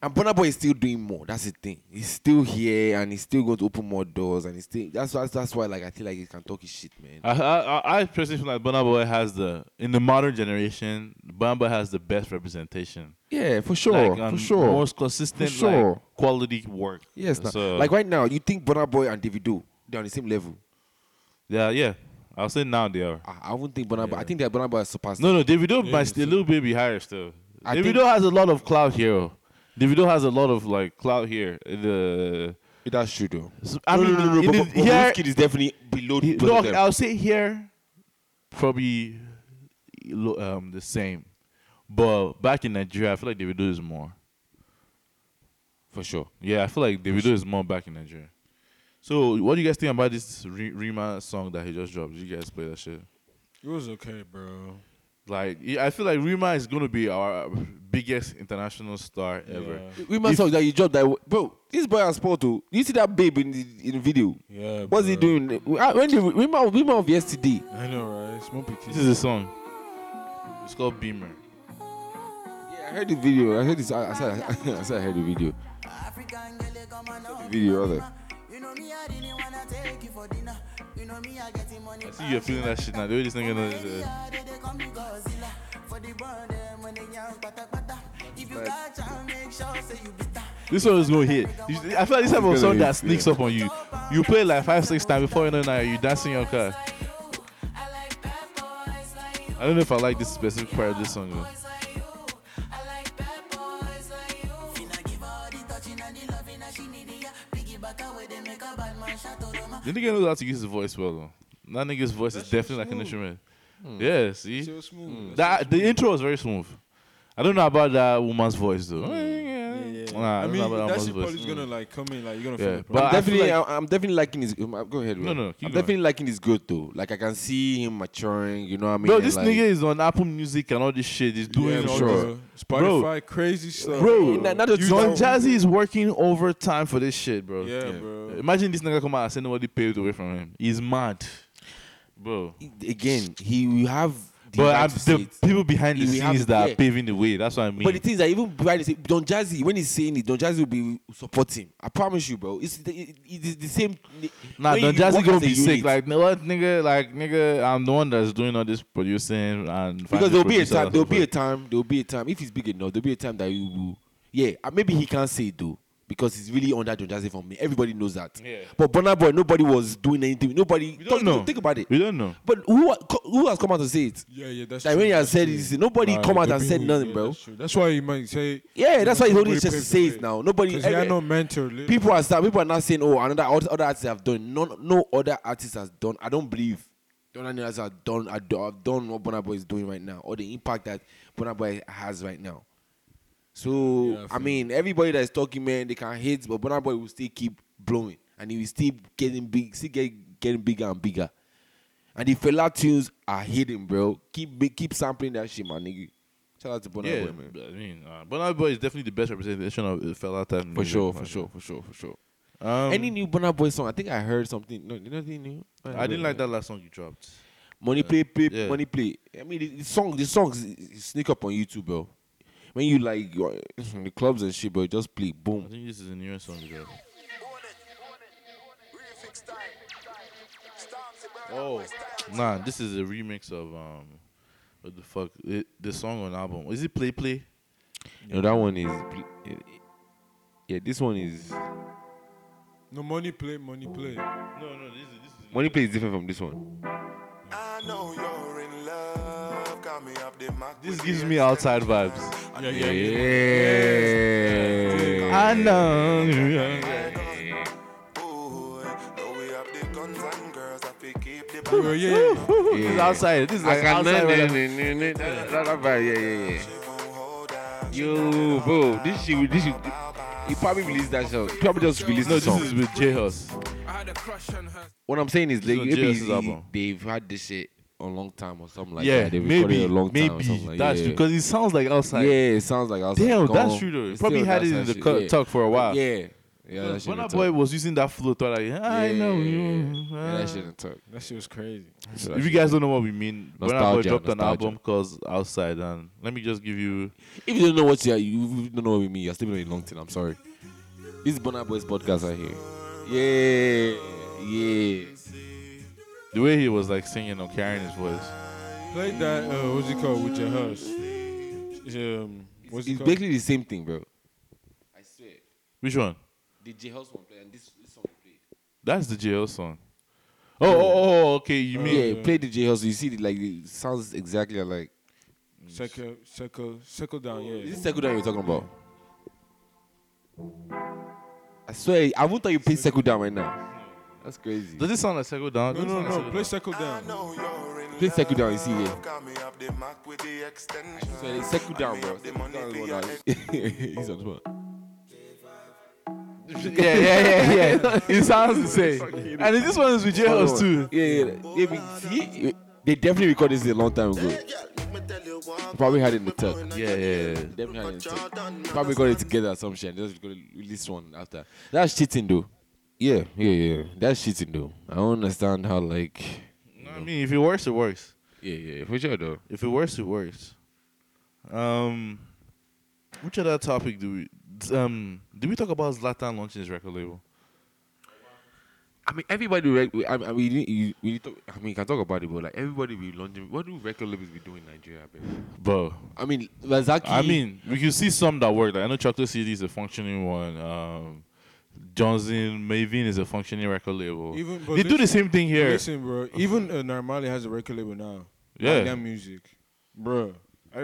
[SPEAKER 1] And Burna Boy is still doing more. That's the thing. He's still here and he's still going to open more doors and he's still. That's why. That's why. Like I feel like he can talk his shit, man.
[SPEAKER 4] I, I I- I personally feel like Burna Boy has the in the modern generation, Burna Boy has the best representation.
[SPEAKER 1] yeah, for sure.
[SPEAKER 4] Like, um,
[SPEAKER 1] for sure.
[SPEAKER 4] Most consistent,
[SPEAKER 1] For sure.
[SPEAKER 4] like, quality work.
[SPEAKER 1] yes. nah.
[SPEAKER 4] So,
[SPEAKER 1] like right now, you think Burna Boy and Davido they're on the same level?
[SPEAKER 4] yeah, yeah. I'll say now they are.
[SPEAKER 1] I, I wouldn't think Burna Boy. I think that Burna Boy has surpassed.
[SPEAKER 4] No, no, Davido might still a little baby higher still.
[SPEAKER 1] I
[SPEAKER 4] Davido
[SPEAKER 1] think-
[SPEAKER 4] has a lot of clout here. Davido has a lot of like clout here. The
[SPEAKER 1] that's true though.
[SPEAKER 4] I mean,
[SPEAKER 1] no, no, no,
[SPEAKER 4] in
[SPEAKER 1] but,
[SPEAKER 4] the-
[SPEAKER 1] but, but
[SPEAKER 4] here-
[SPEAKER 1] Wizkid is definitely below.
[SPEAKER 4] He-
[SPEAKER 1] both of
[SPEAKER 4] no,
[SPEAKER 1] them.
[SPEAKER 4] I'll say here, probably lo- um, the same. But back in Nigeria, I feel like Davido is more.
[SPEAKER 1] for sure.
[SPEAKER 4] Yeah, I feel like Davido is more back in Nigeria. So, what do you guys think about this Re- Rima song that he just dropped? Did you guys play that shit?
[SPEAKER 5] It was okay, bro.
[SPEAKER 4] Like, yeah, I feel like Rima is gonna be our biggest international star ever.
[SPEAKER 5] Yeah.
[SPEAKER 1] We must talk that you dropped that w- bro. This boy has sport too. You see that babe in the, in the video?
[SPEAKER 5] Yeah,
[SPEAKER 1] What's he
[SPEAKER 5] bro.
[SPEAKER 1] doing? Uh, When the women of, women of yesterday,
[SPEAKER 5] I know, right? Smoke
[SPEAKER 4] This is a song. It's called Beamer.
[SPEAKER 1] yeah, I heard the video. I heard this. I, I said I, said I heard the video.
[SPEAKER 10] African girl, you come and know.
[SPEAKER 1] Video other.
[SPEAKER 10] You know me, I really wanna take you for dinner. You know me, I get the money.
[SPEAKER 4] I see you're feeling that shit now. The way this nigga knows. Uh,
[SPEAKER 10] Yeah, they, they call me Godzilla. For the bond, them when they young, pata pata. If you got time, make sure say you bitter.
[SPEAKER 4] This one is gonna hit. You- I feel like this type of
[SPEAKER 1] It's gonna
[SPEAKER 4] song that
[SPEAKER 1] hit,
[SPEAKER 4] sneaks up on you. You play like five, six times before you know now you dancing your car. I don't know if I like this specific part of this song though. The nigga knows how to use his voice well though. That nigga's voice is definitely like an instrument. Yeah, see?
[SPEAKER 5] So smooth.
[SPEAKER 4] That the intro is very smooth. I don't know about that woman's voice though. Nah, I,
[SPEAKER 5] I
[SPEAKER 4] don't
[SPEAKER 5] mean,
[SPEAKER 4] know about that
[SPEAKER 5] that
[SPEAKER 4] woman's
[SPEAKER 5] shit
[SPEAKER 4] voice.
[SPEAKER 5] probably's gonna like come in, like you're gonna
[SPEAKER 4] Yeah,
[SPEAKER 5] feel it.
[SPEAKER 4] but
[SPEAKER 5] But
[SPEAKER 4] I
[SPEAKER 1] I'm
[SPEAKER 4] feel
[SPEAKER 1] definitely,
[SPEAKER 4] like-
[SPEAKER 1] mm. I, am definitely liking his. um, Go ahead. bro.
[SPEAKER 4] No, no, keep
[SPEAKER 1] I'm
[SPEAKER 4] going.
[SPEAKER 1] definitely liking his growth though. Like I can see him maturing. You know what I mean?
[SPEAKER 4] Bro,
[SPEAKER 1] And,
[SPEAKER 4] this
[SPEAKER 1] like,
[SPEAKER 4] nigga is on Apple Music and all this shit. He's doing
[SPEAKER 5] yeah,
[SPEAKER 4] all
[SPEAKER 1] sure.
[SPEAKER 4] this.
[SPEAKER 5] bro. Spotify, crazy stuff.
[SPEAKER 4] Bro,
[SPEAKER 1] Nah, not just
[SPEAKER 4] you-
[SPEAKER 1] John
[SPEAKER 4] Don Jazzy is working overtime for this shit, bro.
[SPEAKER 5] Yeah, bro.
[SPEAKER 4] Imagine this nigga come out and say nobody paved the way from him. He's mad, bro.
[SPEAKER 1] again. He will have. The
[SPEAKER 4] But
[SPEAKER 1] right
[SPEAKER 4] I'm,
[SPEAKER 1] to say
[SPEAKER 4] the
[SPEAKER 1] it.
[SPEAKER 4] people behind the
[SPEAKER 1] He will have
[SPEAKER 4] scenes
[SPEAKER 1] the-
[SPEAKER 4] that are
[SPEAKER 1] yeah.
[SPEAKER 4] paving the way. That's what I mean.
[SPEAKER 1] But the things that even behind the scene, Don Jazzy, when he's saying it, Don Jazzy will be supporting. I promise you, bro. It's the, it, it is the same.
[SPEAKER 4] nah,
[SPEAKER 1] when
[SPEAKER 4] Don
[SPEAKER 1] you
[SPEAKER 4] Jazzy
[SPEAKER 1] work
[SPEAKER 4] gonna
[SPEAKER 1] as a
[SPEAKER 4] be sick.
[SPEAKER 1] unit-
[SPEAKER 4] Like, no, what nigga? Like, nigga, I'm the one that's doing all this producing and
[SPEAKER 1] because there'll
[SPEAKER 4] finding
[SPEAKER 1] be a
[SPEAKER 4] producers
[SPEAKER 1] time.
[SPEAKER 4] and
[SPEAKER 1] There'll
[SPEAKER 4] stuff
[SPEAKER 1] be a
[SPEAKER 4] like-
[SPEAKER 1] time. There'll be a time. If he's big enough, there'll be a time that you will. Yeah, and maybe he can't say it though because he's really on that Don Jazzy for me. Everybody knows that.
[SPEAKER 4] Yeah.
[SPEAKER 1] But Burna Boy, nobody was doing anything. Nobody.
[SPEAKER 4] We don't
[SPEAKER 1] think,
[SPEAKER 4] know.
[SPEAKER 1] Think about it.
[SPEAKER 4] We don't know.
[SPEAKER 1] But who are- co- who has come out to say it?
[SPEAKER 5] Yeah, yeah, that's
[SPEAKER 1] Like
[SPEAKER 5] true.
[SPEAKER 1] when he has
[SPEAKER 5] that's
[SPEAKER 1] said
[SPEAKER 5] true.
[SPEAKER 1] this, nobody
[SPEAKER 5] Right,
[SPEAKER 1] come out
[SPEAKER 5] the
[SPEAKER 1] and
[SPEAKER 5] people
[SPEAKER 1] said
[SPEAKER 5] who-
[SPEAKER 1] nothing,
[SPEAKER 5] yeah,
[SPEAKER 1] bro.
[SPEAKER 5] That's, true. That's why you might say.
[SPEAKER 1] Yeah,
[SPEAKER 5] you
[SPEAKER 1] that's
[SPEAKER 5] know,
[SPEAKER 1] why he's holding
[SPEAKER 5] nobody
[SPEAKER 1] his chest to
[SPEAKER 5] paved
[SPEAKER 1] say
[SPEAKER 5] the
[SPEAKER 1] it
[SPEAKER 5] way.
[SPEAKER 1] now. Nobody.
[SPEAKER 5] 'Cause he had
[SPEAKER 1] every-
[SPEAKER 5] no mentor. li-
[SPEAKER 1] people are start, people are not saying, oh, another art- other artists have done. None, no other artists has done. I don't believe. None other artists have done. Have done- have done what Burna Boy is doing right now, or the impact that Burna Boy has right now. So
[SPEAKER 5] I
[SPEAKER 1] I, mean, everybody that is talking, man, they can hate, but Burna Boy will still keep blowing, and he will still getting big, still get, getting bigger and bigger. And the fella tunes are hidden, bro. Keep keep sampling that shit, my nigga. Shout out to Bonner
[SPEAKER 4] yeah,
[SPEAKER 1] Boy, man.
[SPEAKER 4] but I mean, uh, Bon Iver Boy is definitely the best representation of uh, fella type.
[SPEAKER 1] For sure, for sure, for sure, for sure.
[SPEAKER 4] Um,
[SPEAKER 1] Any new Bonner Boy song? I think I heard something. No, nothing new.
[SPEAKER 4] I didn't like that last song you dropped.
[SPEAKER 1] Money play, play,
[SPEAKER 4] Yeah.
[SPEAKER 1] money play. I mean, the, the song, the songs i- i- sneak up on YouTube, bro. When you like you are- the clubs and shit, bro, just play,
[SPEAKER 4] I
[SPEAKER 1] boom.
[SPEAKER 4] think this is the newest song you dropped. Oh, nah, this is a remix of um, what the fuck? It, the song on album is it Play Play?
[SPEAKER 1] No, that one is. pl- Yeah, this one is.
[SPEAKER 5] No money play, money play.
[SPEAKER 4] No, no, this is this is.
[SPEAKER 1] Money play is different from this one.
[SPEAKER 3] I know you're in love. Got me up there, my
[SPEAKER 4] This gives me outside vibes.
[SPEAKER 5] Yeah,
[SPEAKER 1] Yeah.
[SPEAKER 5] yeah,
[SPEAKER 1] yeah.
[SPEAKER 4] I know. Yeah.
[SPEAKER 3] Boy, know we have the guns and girls. I fi keep the
[SPEAKER 5] Bro,
[SPEAKER 3] balance.
[SPEAKER 5] yeah.
[SPEAKER 4] This is outside. This is
[SPEAKER 1] I
[SPEAKER 4] like
[SPEAKER 1] can
[SPEAKER 4] outside.
[SPEAKER 1] yeah,
[SPEAKER 4] weather.
[SPEAKER 1] yeah, yeah, yeah.
[SPEAKER 3] She won't hold out.
[SPEAKER 1] Yo, bro, this shit, with- this shit. He probably released that song. He probably just released
[SPEAKER 4] No,
[SPEAKER 1] the song.
[SPEAKER 4] this is with J Hus.
[SPEAKER 1] what I'm saying is,
[SPEAKER 4] This is
[SPEAKER 1] like,
[SPEAKER 4] on
[SPEAKER 1] maybe
[SPEAKER 4] JS's
[SPEAKER 1] he-
[SPEAKER 4] album.
[SPEAKER 1] they've had this shit a long time or something like
[SPEAKER 4] yeah,
[SPEAKER 1] that. They've recorded
[SPEAKER 4] maybe,
[SPEAKER 1] it a long time or
[SPEAKER 4] maybe
[SPEAKER 1] something like
[SPEAKER 4] that's
[SPEAKER 1] yeah.
[SPEAKER 4] because it sounds like outside.
[SPEAKER 1] yeah, it sounds like I was
[SPEAKER 4] Damn,
[SPEAKER 1] like,
[SPEAKER 4] that's
[SPEAKER 1] gone.
[SPEAKER 4] true though.
[SPEAKER 1] It's
[SPEAKER 4] Probably
[SPEAKER 1] still
[SPEAKER 4] had it
[SPEAKER 1] that
[SPEAKER 4] in the
[SPEAKER 1] shit,
[SPEAKER 4] cu-
[SPEAKER 1] yeah.
[SPEAKER 4] talk for a while.
[SPEAKER 1] Yeah, yeah, that shit.
[SPEAKER 4] when
[SPEAKER 1] in
[SPEAKER 4] that
[SPEAKER 1] the
[SPEAKER 4] boy
[SPEAKER 1] tuck.
[SPEAKER 4] was using that flow, thought like, "Ah, I
[SPEAKER 1] Yeah,
[SPEAKER 4] know
[SPEAKER 1] yeah,
[SPEAKER 4] you. Ah.
[SPEAKER 1] yeah, that shit in the tuck.
[SPEAKER 5] That shit was crazy.
[SPEAKER 1] So that
[SPEAKER 4] If you
[SPEAKER 1] shit-
[SPEAKER 4] guys don't know what we mean, when I boy
[SPEAKER 1] Nostalgia,
[SPEAKER 4] dropped an
[SPEAKER 1] nostalgia.
[SPEAKER 4] album called Outside, and let me just give you
[SPEAKER 1] if you don't know what you, are, you don't know what we mean, you're still in a long time. I'm sorry. This is Bonner Boys podcast right here. Yeah, yeah.
[SPEAKER 4] the way he was like singing or carrying his voice.
[SPEAKER 5] Play that. Uh, what's it called with your house? Um, what's it
[SPEAKER 1] It's
[SPEAKER 5] called?
[SPEAKER 1] basically the same thing, bro. I swear.
[SPEAKER 4] Which one?
[SPEAKER 1] The J House one play and this, this song play.
[SPEAKER 4] That's the JL song. Oh, oh, oh, okay. You mean
[SPEAKER 1] Yeah, play the J House. You see, the, like, it sounds exactly like.
[SPEAKER 5] Circle, circle, circle down.
[SPEAKER 1] Is
[SPEAKER 5] Yeah.
[SPEAKER 1] this Sekou that you're talking about? I swear, I wouldn't thought you played Sekou down right now. That's crazy.
[SPEAKER 4] does it sound like Circle Down?
[SPEAKER 5] No,
[SPEAKER 4] Doesn't
[SPEAKER 5] no,
[SPEAKER 4] sound like
[SPEAKER 5] no.
[SPEAKER 4] Circle
[SPEAKER 5] Play
[SPEAKER 4] Down.
[SPEAKER 5] circle
[SPEAKER 3] I
[SPEAKER 5] down.
[SPEAKER 3] know you're in
[SPEAKER 1] Play Sekou down, you see
[SPEAKER 3] love.
[SPEAKER 1] here.
[SPEAKER 3] Got me up the mark with the extension.
[SPEAKER 1] So they Sekou down, bro. Sekou down is one that- He's on this one.
[SPEAKER 4] yeah, yeah, yeah, yeah. it sounds the same. And this one is with J Hus too.
[SPEAKER 1] Yeah, yeah. yeah. yeah but see, they definitely recorded this a long time ago. Probably had it in the tuck.
[SPEAKER 4] Yeah, yeah, yeah.
[SPEAKER 1] Definitely had it in the tuck. Probably got it together at some shit and just recorded release one after. That's cheating, though. Yeah, yeah, yeah. That's cheating, though. I don't understand how, like.
[SPEAKER 4] No, I mean, if it works, it works.
[SPEAKER 1] Yeah, yeah. For sure, though.
[SPEAKER 4] If it works, it works. Um, which other topic do we d- um did we talk about Zlatan launching his record label?
[SPEAKER 1] I mean, everybody. Rec- we- I mean, we didn't- you, we talk, I mean, you can talk about it, but like everybody be launching. What do record labels be doing in Nigeria, bro?
[SPEAKER 4] Bro,
[SPEAKER 1] I mean, Lazaki.
[SPEAKER 4] I mean, we can see some that work. Like, I know Chocolate City is a functioning one. Um, Johnson Mavin is a functioning record label.
[SPEAKER 5] Even but
[SPEAKER 4] they do the
[SPEAKER 5] listen-
[SPEAKER 4] same thing here.
[SPEAKER 5] Listen, bro. Even uh, Normali has a record label now.
[SPEAKER 4] Yeah.
[SPEAKER 5] Like that music, bro.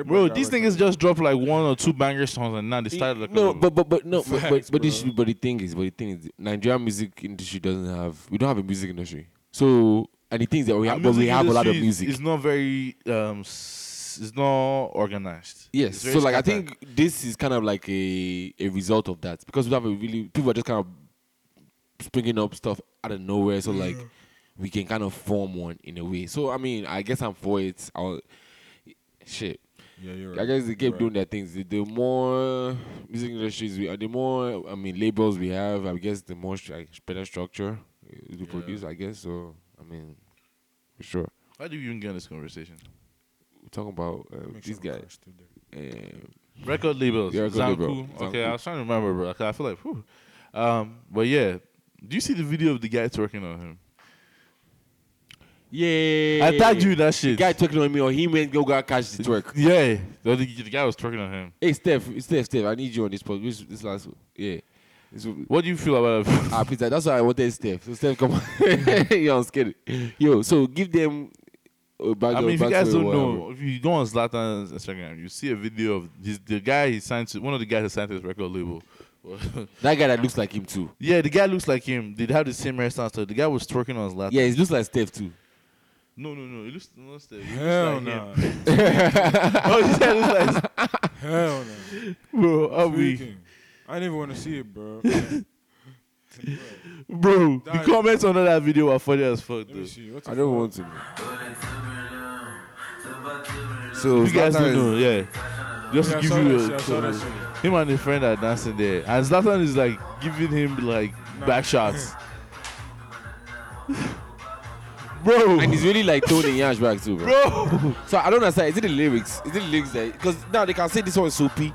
[SPEAKER 4] Bro, these niggas just drop like one or two banger songs and now they started like
[SPEAKER 1] no, but but but no, but but,
[SPEAKER 5] Facts,
[SPEAKER 1] but, this,
[SPEAKER 5] bro.
[SPEAKER 1] but the thing is, but the thing is, Nigerian music industry doesn't have. We don't have a music industry. So, and the things that we have, but we have a lot of music.
[SPEAKER 4] It's not very um, s- it's not organized.
[SPEAKER 1] Yes.
[SPEAKER 4] It's very
[SPEAKER 1] So like I
[SPEAKER 4] scattered.
[SPEAKER 1] think this is kind of like a a result of that because we have a really people are just kind of springing up stuff out of nowhere. So like
[SPEAKER 5] Mm.
[SPEAKER 1] we can kind of form one in a way. So I mean I guess I'm for it. I'll shit.
[SPEAKER 5] Yeah, you're
[SPEAKER 1] I
[SPEAKER 5] right.
[SPEAKER 1] guess they keep
[SPEAKER 5] Right.
[SPEAKER 1] doing their things. The- The more music industries we, the more I mean labels we have, I guess the more stru- better structure we produce. I guess so. I mean, for sure.
[SPEAKER 4] Why do we even get in this conversation?
[SPEAKER 1] We're talking about uh,
[SPEAKER 5] Make
[SPEAKER 1] these
[SPEAKER 5] sure
[SPEAKER 1] guys.
[SPEAKER 5] Crush did that.
[SPEAKER 1] Um,
[SPEAKER 4] Record labels.
[SPEAKER 1] Yeah, record label.
[SPEAKER 4] Zanku. Okay,
[SPEAKER 1] Zanku.
[SPEAKER 4] I was trying to remember, bro. 'cause I feel like, whew. um, but yeah. Do you see the video of the guy twerking on him?
[SPEAKER 1] yeah,
[SPEAKER 4] I tagged you in that shit.
[SPEAKER 1] guy twerking on me or he went go go catch the twerk.
[SPEAKER 4] Yeah, the, the, the guy was twerking on him.
[SPEAKER 1] Hey Steph, Steph, Steph, I need you on this pod. This, this last, one. yeah. This, one-
[SPEAKER 4] What do you feel about it?
[SPEAKER 1] ah, Peter, that's why I wanted Steph. So Steph, come on, yo, I'm scared. Yo, so give them. A bag
[SPEAKER 4] I
[SPEAKER 1] of
[SPEAKER 4] mean, if you
[SPEAKER 1] backstory,
[SPEAKER 4] guys don't
[SPEAKER 1] whatever.
[SPEAKER 4] know, if you go on Zlatan's Instagram, you see a video of his, the guy he signed to, one of the guys that signed to his record label.
[SPEAKER 1] that guy that looks like him too.
[SPEAKER 4] yeah, the guy looks like him. They have the same hairstyle. So the guy was twerking on Zlatan.
[SPEAKER 1] Yeah, he looks like Steph too.
[SPEAKER 4] No, no, no. It looks, no, it's the- it looks
[SPEAKER 5] Hell
[SPEAKER 4] like
[SPEAKER 5] no.
[SPEAKER 4] him. oh, this guy looks like
[SPEAKER 5] Hell no.
[SPEAKER 4] bro. Are we,
[SPEAKER 5] Freaking. I didn't even want to see it, bro.
[SPEAKER 4] bro? The
[SPEAKER 5] That-
[SPEAKER 4] comments under that video are funny as fuck.
[SPEAKER 5] Let me
[SPEAKER 4] Though.
[SPEAKER 5] see. What
[SPEAKER 1] I
[SPEAKER 5] the
[SPEAKER 1] don't
[SPEAKER 5] fuck?
[SPEAKER 1] want to. So
[SPEAKER 4] You guys don't know, yeah. just
[SPEAKER 5] Yeah, I
[SPEAKER 4] to give
[SPEAKER 5] saw
[SPEAKER 4] you
[SPEAKER 5] that
[SPEAKER 4] a
[SPEAKER 5] shit, I saw that shit.
[SPEAKER 4] him and his friend are dancing there, and Zlatan is like giving him like back shots. bro.
[SPEAKER 1] And he's really like Tony Yash back too, bro.
[SPEAKER 4] Bro.
[SPEAKER 1] So I don't understand. Is it the lyrics? Is it the lyrics that? Because now they can say this one's soupy.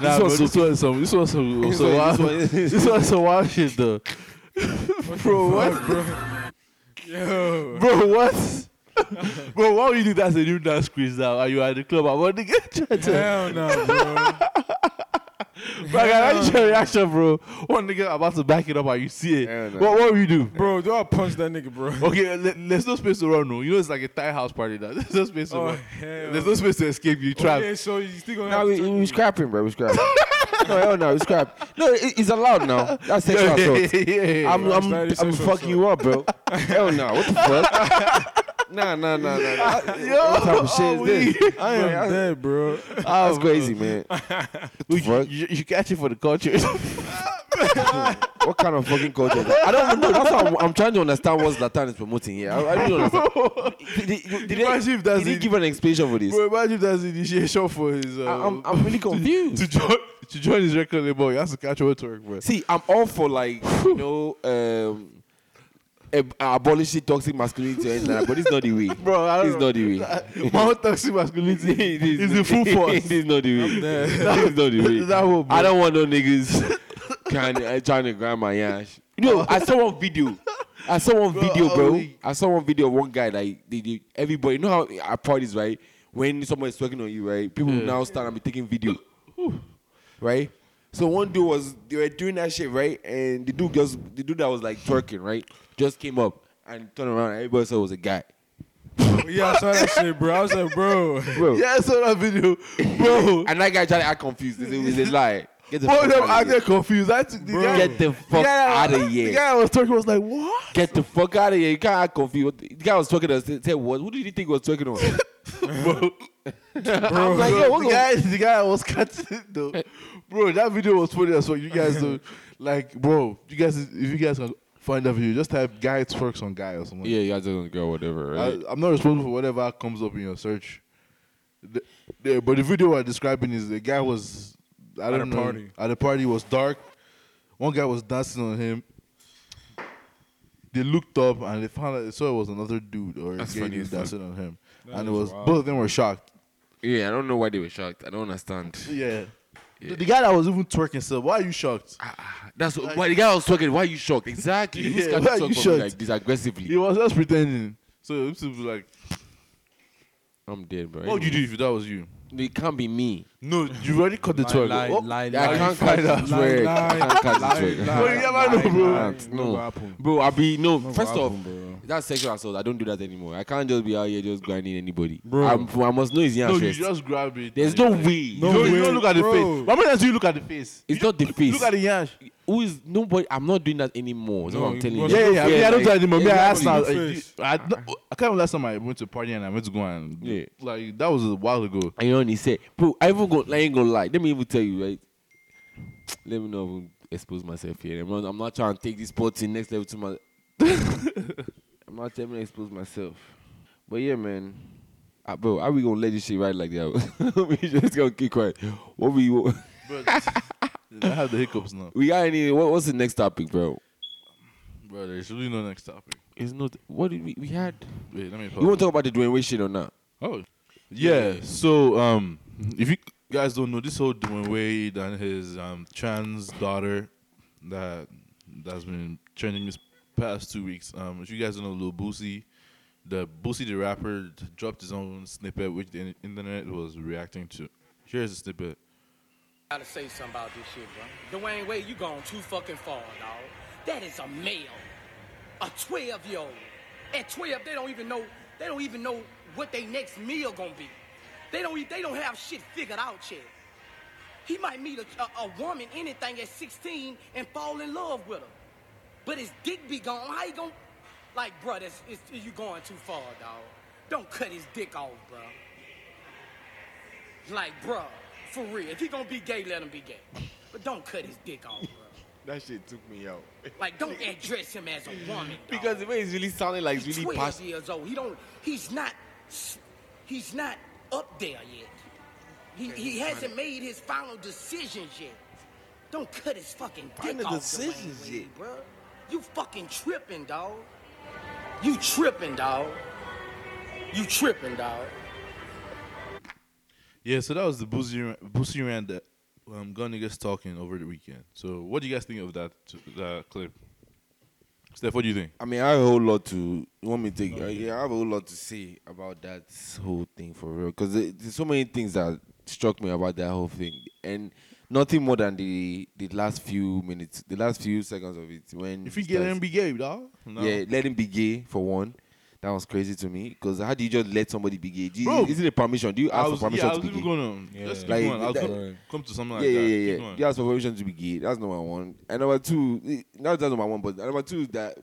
[SPEAKER 4] Nah, bro,
[SPEAKER 1] one's
[SPEAKER 4] this one's some, this one's some,
[SPEAKER 1] This
[SPEAKER 4] some
[SPEAKER 1] one-
[SPEAKER 4] wild,
[SPEAKER 1] this one-
[SPEAKER 4] this one's some wild shit though. bro, what?
[SPEAKER 5] Yo.
[SPEAKER 4] Bro, what? bro, why would you do that as a new dance quiz now? Are you at the club? I want to get chatted.
[SPEAKER 5] Hell no, bro.
[SPEAKER 4] Bro, I need your reaction, bro. One nigga about to back it up and you see
[SPEAKER 1] Hell
[SPEAKER 4] it.
[SPEAKER 1] no.
[SPEAKER 4] What, what will you do?
[SPEAKER 5] Bro, do I punch that nigga, bro?
[SPEAKER 4] Okay, le- there's no space to run, no. You know it's like a Thai house party now. There's no space to
[SPEAKER 5] Oh,
[SPEAKER 4] run.
[SPEAKER 5] hell.
[SPEAKER 4] There's no space to escape.
[SPEAKER 1] Oh,
[SPEAKER 4] You trap.
[SPEAKER 5] Okay, so you still gonna
[SPEAKER 1] Now
[SPEAKER 5] have
[SPEAKER 1] we,
[SPEAKER 5] to
[SPEAKER 1] we scrapping, bro. We scrapping. no, hell no, we scrap. No, it, it's allowed now. That's sexual assault. I'm,
[SPEAKER 5] Bro,
[SPEAKER 1] I'm,
[SPEAKER 5] that
[SPEAKER 1] I'm
[SPEAKER 5] is sexual
[SPEAKER 1] fucking you up, bro. hell no, what the fuck? nah, nah, nah, nah. nah. what type of shit is this? I
[SPEAKER 5] I'm
[SPEAKER 1] am.
[SPEAKER 5] dead, bro.
[SPEAKER 1] That's crazy, man.
[SPEAKER 4] You,
[SPEAKER 1] fuck?
[SPEAKER 4] you, you catch it for the culture.
[SPEAKER 1] What kind of fucking culture? Is that? I don't even know. That's why I'm, I'm trying to understand what Zlatan is promoting here. I, I really don't understand. Did, did, did,
[SPEAKER 4] Imagine if that's
[SPEAKER 1] did he
[SPEAKER 4] it.
[SPEAKER 1] give an explanation for this?
[SPEAKER 4] Bro, imagine if that's initiation for his. Uh,
[SPEAKER 1] I- I'm, I'm really confused.
[SPEAKER 4] to join to join his record label, you have to catch your work, bro.
[SPEAKER 1] See, I'm all for like you know um, ab- abolishing toxic masculinity or anything like that, but it's not the way.
[SPEAKER 4] Bro, I
[SPEAKER 1] it's not the way.
[SPEAKER 4] My own toxic masculinity
[SPEAKER 1] It is
[SPEAKER 4] is the
[SPEAKER 1] not-
[SPEAKER 4] full force.
[SPEAKER 1] it is not the way. It is not the way.
[SPEAKER 4] That will
[SPEAKER 1] I don't want no niggas trying to, uh, trying to grind my ass. You know, I saw one video. I saw one video, bro.
[SPEAKER 4] holy-
[SPEAKER 1] I saw one video of one guy like they, they, everybody. You know how at parties, right? When someone is twerking on you, right? People now start and be taking video, right? So one dude was they were doing that shit, right? And the dude just the dude that was like twerking, right? Just came up and turned around. And everybody said it was a guy,
[SPEAKER 5] Yeah, I saw that shit, bro. I was like, bro.
[SPEAKER 1] bro.
[SPEAKER 4] Yeah, I saw that video, bro.
[SPEAKER 1] And that guy tried to act confused. It was a lie. Get the
[SPEAKER 4] Both of them
[SPEAKER 1] fuck out
[SPEAKER 4] out
[SPEAKER 1] of here.
[SPEAKER 4] there confused. I took the guy.
[SPEAKER 1] Get the
[SPEAKER 4] the
[SPEAKER 1] fuck
[SPEAKER 4] guy-
[SPEAKER 1] out of
[SPEAKER 4] The
[SPEAKER 1] here.
[SPEAKER 4] guy I was talking was like, "What?"
[SPEAKER 1] Get the fuck out of here. You can't act confused. The guy was talking to us. Said, what? Who did you think was talking on?
[SPEAKER 4] I'm like, yo, what the guy, the guy I was cutting though, bro. That video was funny as well. You guys do, like, bro. You guys, if you guys can find that video, just type "guy twerks on guy" or something.
[SPEAKER 1] yeah, yeah, I just don't go, whatever,
[SPEAKER 4] I, I'm not responsible for whatever comes up in your search. The, the- but the video I'm describing is the guy was I don't
[SPEAKER 5] a
[SPEAKER 4] know
[SPEAKER 5] party.
[SPEAKER 4] at a party was dark. One guy was dancing on him. They looked up and they found out they saw it was another dude or a gay dude dancing on him, and it was both of them were shocked.
[SPEAKER 1] yeah, I don't know why they were shocked. I don't understand.
[SPEAKER 4] Yeah. The, the guy that was even twerking said, "Why are you shocked?"
[SPEAKER 1] That's what, why the guy was talking. Why are you shocked? Exactly.
[SPEAKER 4] Yeah,
[SPEAKER 1] Who's going
[SPEAKER 4] why
[SPEAKER 1] to
[SPEAKER 4] you
[SPEAKER 1] talk for me
[SPEAKER 4] shocked?
[SPEAKER 1] like this
[SPEAKER 4] He
[SPEAKER 1] aggressively?
[SPEAKER 4] was just pretending. So it was like,
[SPEAKER 1] I'm dead, bro.
[SPEAKER 4] "What would Oh, you do if that was you?"
[SPEAKER 1] do? It can't be me.
[SPEAKER 4] No, you already cut the twerk. Oh. What-
[SPEAKER 1] I can't catch this twerk. I can't catch this twerk.
[SPEAKER 4] Bro, you never know, bro.
[SPEAKER 1] No, bro, I be no. First off,
[SPEAKER 5] happen, bro.
[SPEAKER 1] that's sexual assault. I don't do that anymore. I can't just be out here just grinding anybody.
[SPEAKER 5] Bro.
[SPEAKER 1] I'm, I must know his
[SPEAKER 4] No,
[SPEAKER 1] yash
[SPEAKER 4] you
[SPEAKER 1] first.
[SPEAKER 4] just grab it.
[SPEAKER 1] There's
[SPEAKER 4] and
[SPEAKER 1] no
[SPEAKER 4] you like-
[SPEAKER 1] way.
[SPEAKER 4] You, don't, you
[SPEAKER 5] way,
[SPEAKER 4] don't look at the
[SPEAKER 5] bro.
[SPEAKER 4] face. But many times do you look at the face?
[SPEAKER 1] It's not the face.
[SPEAKER 4] Look at the yansh.
[SPEAKER 1] Who is nobody? I'm not doing that anymore. That's what I'm
[SPEAKER 5] you
[SPEAKER 1] telling you.
[SPEAKER 5] must- Yeah,
[SPEAKER 4] I mean, I don't do that anymore. Me, I asked now.
[SPEAKER 5] Exactly.
[SPEAKER 4] like,
[SPEAKER 5] Face.
[SPEAKER 4] you- I, no, I can't remember last time I went to a party and I went to go and
[SPEAKER 1] Yeah.
[SPEAKER 4] like that was a while ago.
[SPEAKER 1] And you know, and he said, "Bro, I even go. I ain't gonna lie. Let me even tell you, right? Let me not even expose myself here. I'm not, I'm not trying to take this sport to the next level to my. I'm not trying to expose myself. But yeah, man, Ah, bro, how we gonna let this shit ride like that? we just gonna keep quiet. What we
[SPEAKER 4] But I have the hiccups now,
[SPEAKER 1] we got any? What, what's the next topic, bro?
[SPEAKER 4] bro. There's really no next topic.
[SPEAKER 1] It's not. What did we we had?
[SPEAKER 4] Wait, let me. Pause.
[SPEAKER 1] You want to talk about the Dwayne Wade shit or not?
[SPEAKER 4] Oh, yeah. So, um, if you guys don't know, this whole Dwayne Wade and his um trans daughter that that's been trending this past two weeks. Um, if you guys don't know, Lil Boosie, the Boosie the rapper d- dropped his own snippet, which the in- internet was reacting to. Here's a snippet.
[SPEAKER 11] gotta say something about this shit, bro. Dwayne Wade, you gone too fucking far, dog. That is a male, a 12 year old. At 12, they don't even know. They don't even know what their next meal gonna be. They don't. e- They don't have shit figured out yet. He might meet a, a, a woman, anything at 16, and fall in love with her. But his dick be gone. How he gonna? Like, bro, that's, it's, you going too far, dog. Don't cut his dick off, bro. Like, bruh, for real. If he gonna be gay, let him be gay. But don't cut his dick off, bruh.
[SPEAKER 1] That shit took me out
[SPEAKER 11] Like, don't address him as a woman. Dog.
[SPEAKER 1] because the way it's really sounding like it's
[SPEAKER 11] he's
[SPEAKER 1] really
[SPEAKER 11] 12
[SPEAKER 1] passionate.
[SPEAKER 11] years old. He don't. He's not. He's not up there yet. He, he hasn't made his final decisions yet. Don't cut his fucking dick
[SPEAKER 12] Final
[SPEAKER 11] off,
[SPEAKER 12] decisions
[SPEAKER 11] Dwayne Wade, bro. You fucking tripping, dog. You tripping, dog. You tripping, dog.
[SPEAKER 4] Yeah, so that was the Boosie, Boosie Rand that um, Gun Niggas talking over the weekend. So what do you guys think of that, that clip? Steph, what do you think?
[SPEAKER 1] I mean, I have a whole lot to. You want me to take? uh, yeah, I have a whole lot to say about that whole thing for real. Because there's so many things that struck me about that whole thing, and nothing more than the the last few minutes, the last few seconds of it. When
[SPEAKER 4] If you
[SPEAKER 1] he
[SPEAKER 4] get
[SPEAKER 1] starts-
[SPEAKER 4] him, be gay, dog. No.
[SPEAKER 1] yeah, let him be gay for one. That was crazy to me. Because how do you just let somebody be gay? Do you,
[SPEAKER 4] Bro,
[SPEAKER 1] is it a permission? Do you
[SPEAKER 4] I
[SPEAKER 1] ask
[SPEAKER 4] was-
[SPEAKER 1] for permission
[SPEAKER 4] yeah, I
[SPEAKER 1] to
[SPEAKER 4] was
[SPEAKER 1] be gay?
[SPEAKER 4] even gonna- let's keep going. I was gonna come to something like
[SPEAKER 1] yeah,
[SPEAKER 4] that.
[SPEAKER 1] Yeah,
[SPEAKER 4] Keep
[SPEAKER 1] yeah, yeah.
[SPEAKER 4] going.
[SPEAKER 1] You ask for permission to be gay. That's number one. And number two, eh, not that's number one, but number two that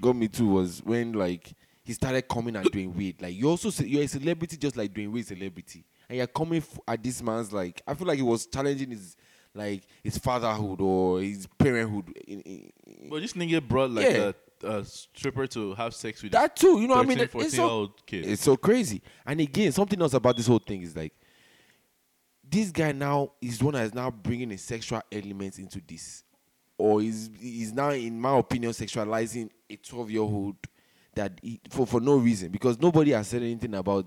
[SPEAKER 1] got me too was when like he started coming and doing weird. Like you also ce- you're a celebrity just like doing weird celebrity, and you're coming f- at this man's like I feel like he was challenging his like his fatherhood or his parenthood in, in,
[SPEAKER 4] But this nigga brought like
[SPEAKER 1] Yeah.
[SPEAKER 4] a, a stripper to have sex with
[SPEAKER 1] that too. You know what I mean?
[SPEAKER 4] 13,
[SPEAKER 1] That-
[SPEAKER 4] 14
[SPEAKER 1] it's
[SPEAKER 4] year
[SPEAKER 1] so,
[SPEAKER 4] old kid.
[SPEAKER 1] It's so crazy. And again, something else about this whole thing is like, this guy now is the one that is now bringing a sexual element into this, or is is now, in my opinion, sexualizing a twelve year old that he, for for no reason because nobody has said anything about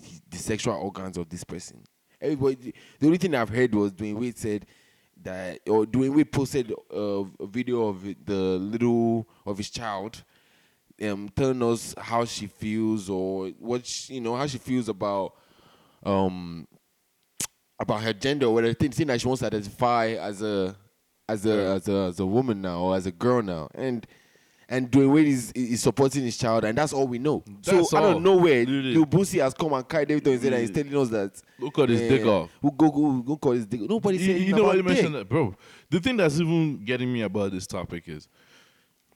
[SPEAKER 1] his- the sexual organs of this person. Everybody, the only thing I've heard was Dwayne Wade said that, or Dwayne Wade posted a, a video of the little of his child um, telling us how she feels or what she, you know how she feels about um about her gender or whatever thing, thing that she wants to identify as a as a as a as a woman now or as a girl now and and Dwayne Wade is, is supporting his child and that's all we know.
[SPEAKER 4] That's
[SPEAKER 1] so out
[SPEAKER 4] all.
[SPEAKER 1] of nowhere,
[SPEAKER 4] Literally.
[SPEAKER 1] Lil Boosie has come and carried everything and said that he's
[SPEAKER 4] Literally.
[SPEAKER 1] telling us that eh,
[SPEAKER 4] Who cut his dick off?
[SPEAKER 1] Who go go who cut his dick? Nobody said
[SPEAKER 4] you, you
[SPEAKER 1] anything
[SPEAKER 4] know why
[SPEAKER 1] about
[SPEAKER 4] you
[SPEAKER 1] dick.
[SPEAKER 4] mentioned that, bro. The thing that's even getting me about this topic is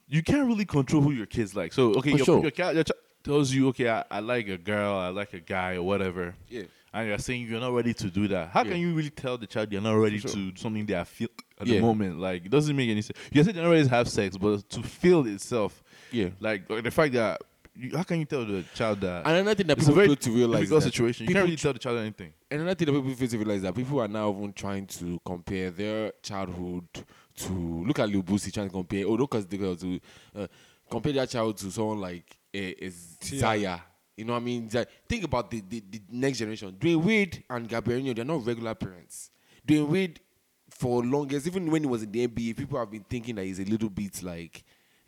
[SPEAKER 4] you can't really control who your kids like. So okay,
[SPEAKER 1] For
[SPEAKER 4] your,
[SPEAKER 1] sure.
[SPEAKER 4] your cat your child tells you, okay, I, I like a girl, I like a guy, or whatever.
[SPEAKER 1] Yeah.
[SPEAKER 4] And you're saying you're not ready to do that. How
[SPEAKER 1] Yeah.
[SPEAKER 4] can you really tell the child you're not ready
[SPEAKER 1] sure.
[SPEAKER 4] to do something they are feel at the
[SPEAKER 1] Yeah.
[SPEAKER 4] moment? Like it doesn't make any sense. You said you're not ready to have sex, but to feel itself.
[SPEAKER 1] Yeah.
[SPEAKER 4] Like or the fact that you, how can you tell the child that?
[SPEAKER 1] And another thing that
[SPEAKER 4] it's
[SPEAKER 1] people
[SPEAKER 4] a very
[SPEAKER 1] fail to realize
[SPEAKER 4] difficult
[SPEAKER 1] is that
[SPEAKER 4] situation. You
[SPEAKER 1] people
[SPEAKER 4] can't really tell the child anything.
[SPEAKER 1] And another thing that people fail to realize is that people are now even trying to compare their childhood to look at Lil Boosie trying to compare oh look at the girl to uh, compare their child to someone like uh, is Zaya. You know what I mean? Zaya- Think about the, the, the next generation. Dwayne Wade and Gabriel, they're not regular parents. Dwayne Wade for longest, even when he was in the NBA, people have been thinking that he's a little bit like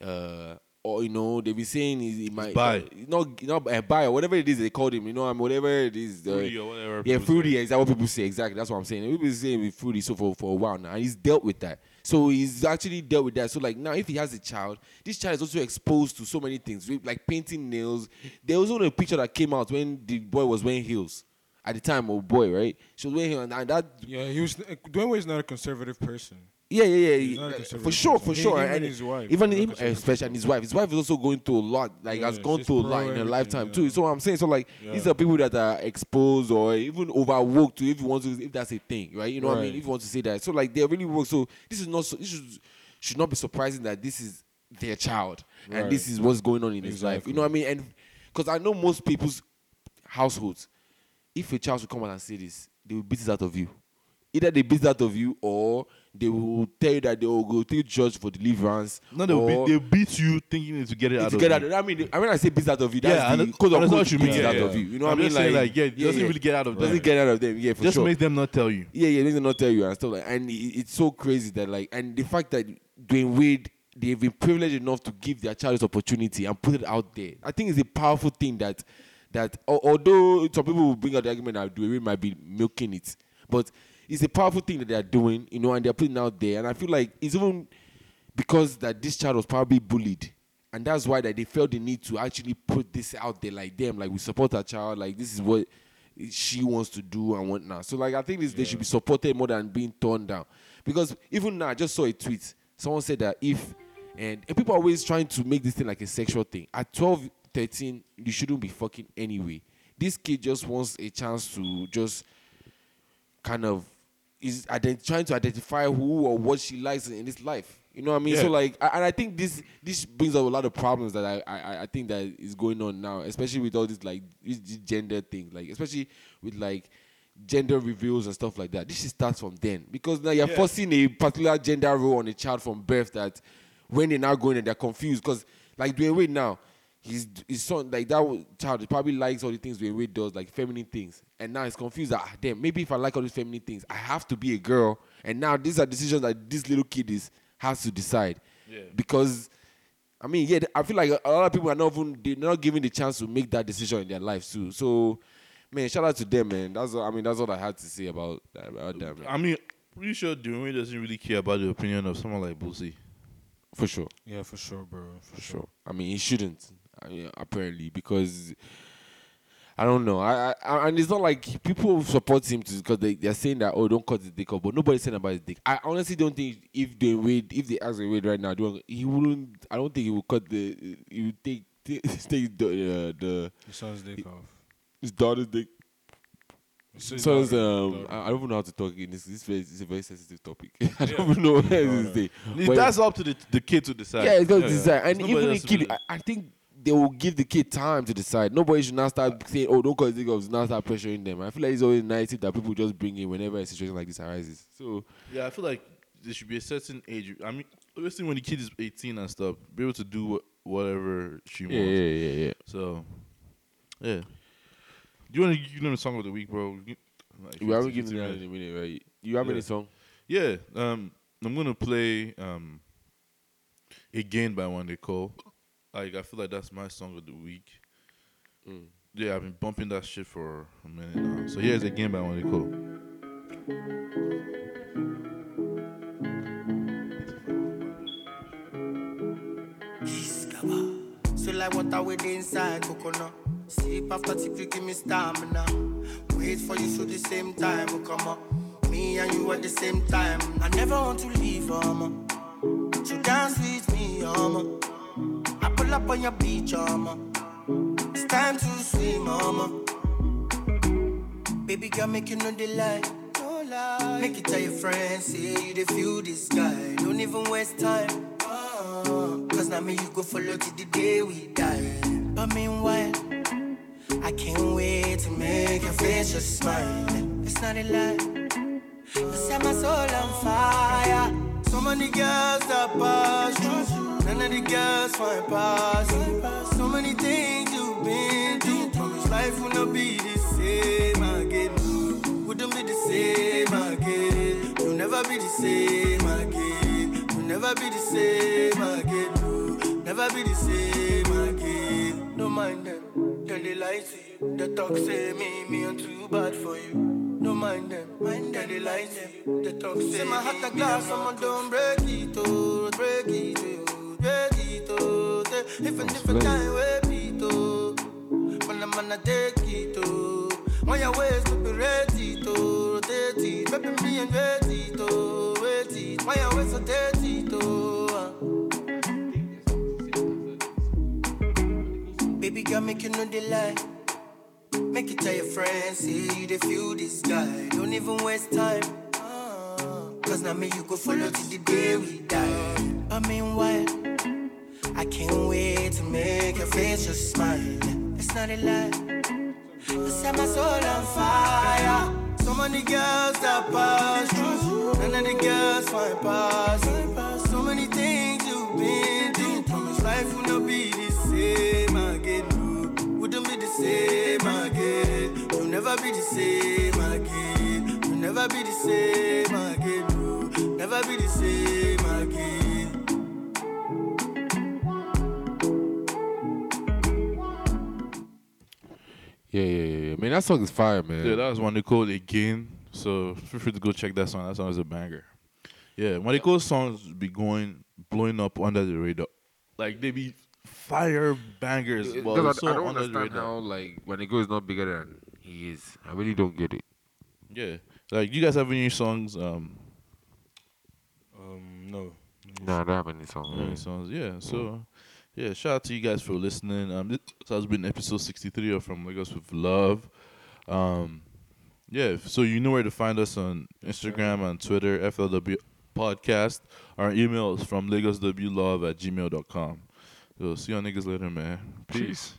[SPEAKER 1] uh or you know, they've been saying he, he might
[SPEAKER 4] bi.
[SPEAKER 1] not not uh, bi or whatever it is they called him, you know, I mean, whatever it is uh,
[SPEAKER 4] Fruity or whatever
[SPEAKER 1] Yeah,
[SPEAKER 4] people
[SPEAKER 1] fruity fruity. Is that what people say? Exactly. That's what I'm saying. People say with fruity so for, for a while now, and he's dealt with that. So he's actually dealt with that. So like now, if he has a child, this child is also exposed to so many things, with, like painting nails. There was also a picture that came out when the boy was wearing heels. At the time, oh boy, right? She was wearing heels, and that.
[SPEAKER 5] Yeah, he was. Dwayne Wade's not a conservative person.
[SPEAKER 1] Yeah, yeah,
[SPEAKER 5] He's
[SPEAKER 1] yeah,
[SPEAKER 5] not a
[SPEAKER 1] yeah. For
[SPEAKER 5] conservative
[SPEAKER 1] sure, for
[SPEAKER 5] person.
[SPEAKER 1] sure.
[SPEAKER 5] Even
[SPEAKER 1] and
[SPEAKER 5] his wife,
[SPEAKER 1] even
[SPEAKER 5] he's not
[SPEAKER 1] him, especially and his wife. His wife is also going through a lot. Like has
[SPEAKER 5] Yeah,
[SPEAKER 1] gone
[SPEAKER 5] she's
[SPEAKER 1] through a
[SPEAKER 5] pro
[SPEAKER 1] lot in her
[SPEAKER 5] everything,
[SPEAKER 1] lifetime
[SPEAKER 5] yeah.
[SPEAKER 1] too. So I'm saying, so like
[SPEAKER 5] Yeah.
[SPEAKER 1] these are people that are exposed or even overworked too, if you want to, if that's a thing, right? You know what I mean?
[SPEAKER 5] Right.
[SPEAKER 1] If you want to say that, so like they're really work. So this is not. So, this is, should not be surprising that this is their child
[SPEAKER 5] Right.
[SPEAKER 1] and this is what's going on in his life. You know what I mean? And because I know most people's households, if a child should come out and say this, they will beat it out of you. Either they beat it out of you, or they will tell you that they will go to church for deliverance.
[SPEAKER 4] No, they
[SPEAKER 1] or
[SPEAKER 4] will beat, they beat you thinking to get it out
[SPEAKER 1] to
[SPEAKER 4] of
[SPEAKER 1] get
[SPEAKER 4] you.
[SPEAKER 1] out of- I mean, I mean, I say beat it out of you. That's
[SPEAKER 4] Yeah, I
[SPEAKER 1] the
[SPEAKER 4] know-
[SPEAKER 1] code
[SPEAKER 4] I
[SPEAKER 1] of
[SPEAKER 4] know what
[SPEAKER 1] conduct
[SPEAKER 4] you
[SPEAKER 1] beat
[SPEAKER 4] mean,
[SPEAKER 1] it
[SPEAKER 4] yeah,
[SPEAKER 1] out
[SPEAKER 4] yeah.
[SPEAKER 1] of you. You know what
[SPEAKER 4] I'm
[SPEAKER 1] I mean?
[SPEAKER 4] just saying, like, yeah, it doesn't really get out of them.
[SPEAKER 1] Doesn't get out of them. Yeah, for
[SPEAKER 4] Just
[SPEAKER 1] sure.
[SPEAKER 4] make them not tell you.
[SPEAKER 1] Yeah, yeah, they not tell you and stuff like. And it, it's so crazy that like, and the fact that Dwayne Wade, they've been privileged enough to give their child this opportunity and put it out there. I think it's a powerful thing that that al- although some people will bring out the argument that Dwayne Wade might be milking it, but it's a powerful thing that they're doing, you know, and they're putting it out there. And I feel like it's even because that this child was probably bullied and that's why that they felt the need to actually put this out there like them like we support our child like this is what she wants to do and whatnot so like i think this, they should be supported more than being torn down because even now i just saw a tweet someone said that if and, and people are always trying to make this thing like a sexual thing at 12 13 you shouldn't be fucking anyway this kid just wants a chance to just kind of is ident- trying to identify who or what she likes in this life. You know what I mean?
[SPEAKER 4] Yeah.
[SPEAKER 1] So like, I, and I think this this brings up a lot of problems that I, I I think that is going on now, especially with all this like this gender thing, like especially with like gender reveals and stuff like that. This shit starts from then because now you're
[SPEAKER 12] Yeah.
[SPEAKER 1] forcing a particular gender role on a child from birth. That when they're now going and they're confused because like Dwayne Wade now, his his son like that wa- child probably likes all the things Dwayne Wade does, like feminine things, and now he's confused. that, Ah, damn, maybe if I like all these feminine things, I have to be a girl. And now these are decisions that this little kid is has to decide
[SPEAKER 4] Yeah.
[SPEAKER 1] because I mean, yeah, I feel like a lot of people are not even they're not given the chance to make that decision in their life too. So, man, shout out to them, man. That's all, I mean, that's all I had to say about that. About that man.
[SPEAKER 4] I mean, pretty sure Dwayne doesn't really care about the opinion of someone like Boosie.
[SPEAKER 1] For sure.
[SPEAKER 5] Yeah, for sure, bro. For,
[SPEAKER 1] sure. I mean, he shouldn't. I mean, apparently, because I don't know. I, I- I and it's not like people support him because they they're saying that oh don't cut his dick off, but nobody's saying about his dick. I honestly don't think if they wait if they ask him wait right now, Dwayne- he wouldn't. I don't think he would cut the. He would take take, take the uh, the
[SPEAKER 5] His son's dick off.
[SPEAKER 1] His daughter's dick.
[SPEAKER 5] So his
[SPEAKER 1] So it's,
[SPEAKER 5] daughter-
[SPEAKER 1] um,
[SPEAKER 5] daughter.
[SPEAKER 1] I I don't even know how to talk in this. This very, it's a very sensitive topic. I don't even know where this is.
[SPEAKER 4] If
[SPEAKER 1] But-
[SPEAKER 4] that's up to the, the kid to decide.
[SPEAKER 1] yeah, it's got to
[SPEAKER 4] Yeah.
[SPEAKER 1] decide. And
[SPEAKER 4] Nobody
[SPEAKER 1] even the
[SPEAKER 4] else
[SPEAKER 1] kid,
[SPEAKER 4] really-
[SPEAKER 1] I, I think they will give the kid time to decide. Nobody should now start saying, "Oh, don't call niggas." Now start pressuring them. I feel like it's always a narrative that people just bring in whenever a situation like this arises. So
[SPEAKER 4] Yeah, I feel like there should be a certain age. I mean, obviously, when the kid is 18 and stuff, be able to do what, whatever she wants.
[SPEAKER 1] Yeah, yeah, yeah, yeah.
[SPEAKER 4] So, yeah. Do you want to give them a song of the week, bro? You- Like
[SPEAKER 1] We haven't
[SPEAKER 4] 15,
[SPEAKER 1] given
[SPEAKER 4] 15
[SPEAKER 1] that
[SPEAKER 4] minutes.
[SPEAKER 1] in a minute, right? You have
[SPEAKER 4] yeah.
[SPEAKER 1] any song?
[SPEAKER 4] Yeah. Um, I'm going to play um, Again by One Day Cole. Like, I feel like that's my song of the week.
[SPEAKER 1] Mm.
[SPEAKER 4] Yeah, I've been bumping that shit for a minute now. So, here's Again by One Day Cole.
[SPEAKER 10] So like water with the inside coconut. Sip after sip you give me stamina. Wait for you so the same time will come up. Me and you at the same time. I never want to leave, mama. So dance with me, mama. I pull up on your beach, mama. It's time to swim, um. mama. Baby girl, make you know the lie. No lie. Make you tell your friends, say you the feel this guy. Don't even waste time. Uh, Cause now me you go follow till the day we die. But meanwhile, I can't wait to make your face just smile. It's not a lie. You set my soul on fire. So many girls that pass you. None of the girls find pass you. So many things you've been through. Promise life will not be the same again. Wouldn't be the same again. You'll never be the same again. You'll never be the same again. You'll never be the same again. Don't mind them. Then they lie to you. They talk say me, me, I'm too bad for you. No mind them, mind them, they lie to you. They talk say, say my heart a glass, I'ma don't break it, oh, break it, oh, break it, oh. Say, If a different time, we beat, oh. When I'm gonna take it, oh. On your waist, baby, ready to rotate it. Baby, me and ready to wait it. On your waist, so dirty to. Baby girl, make you know the lie. Make you tell your friends, say you the feel this guy. Don't even waste time. Ah, Cause now me you go follow till the day we die. But meanwhile, I can't wait to make your face just smile. It's not a lie. You set my soul on fire. So many girls that pass through. None of the girls find pass. you. So many things you've been through. Promise life will not be the same again. Wouldn't be the same again. You'll never be the same again. You'll never be the same again. You'll never be the same again.
[SPEAKER 1] Yeah, yeah, yeah. yeah. Man, that song is fire, man.
[SPEAKER 4] Yeah, that was one they called again. So feel free to go check that song. That song is a banger. Yeah, when they call songs be going blowing up under the radar. Like they be fire bangers.
[SPEAKER 1] Because
[SPEAKER 4] Well,
[SPEAKER 1] I,
[SPEAKER 4] so
[SPEAKER 1] I don't
[SPEAKER 4] under the
[SPEAKER 1] understand
[SPEAKER 4] radar.
[SPEAKER 1] how like when a girl is not bigger than he is. I really don't get it.
[SPEAKER 4] Yeah, like you guys have any songs? Um,
[SPEAKER 5] Um, no.
[SPEAKER 1] Nah, I don't have any song.
[SPEAKER 4] any songs? Yeah. So, yeah, shout out to you guys for listening. Um, this has been episode sixty three of From Lagos with Love. Um, yeah. So you know where to find us on Instagram and Twitter, FLW Podcast. Our email is from LagosWLove at gmail.com. So see y'all niggas later, man. Peace.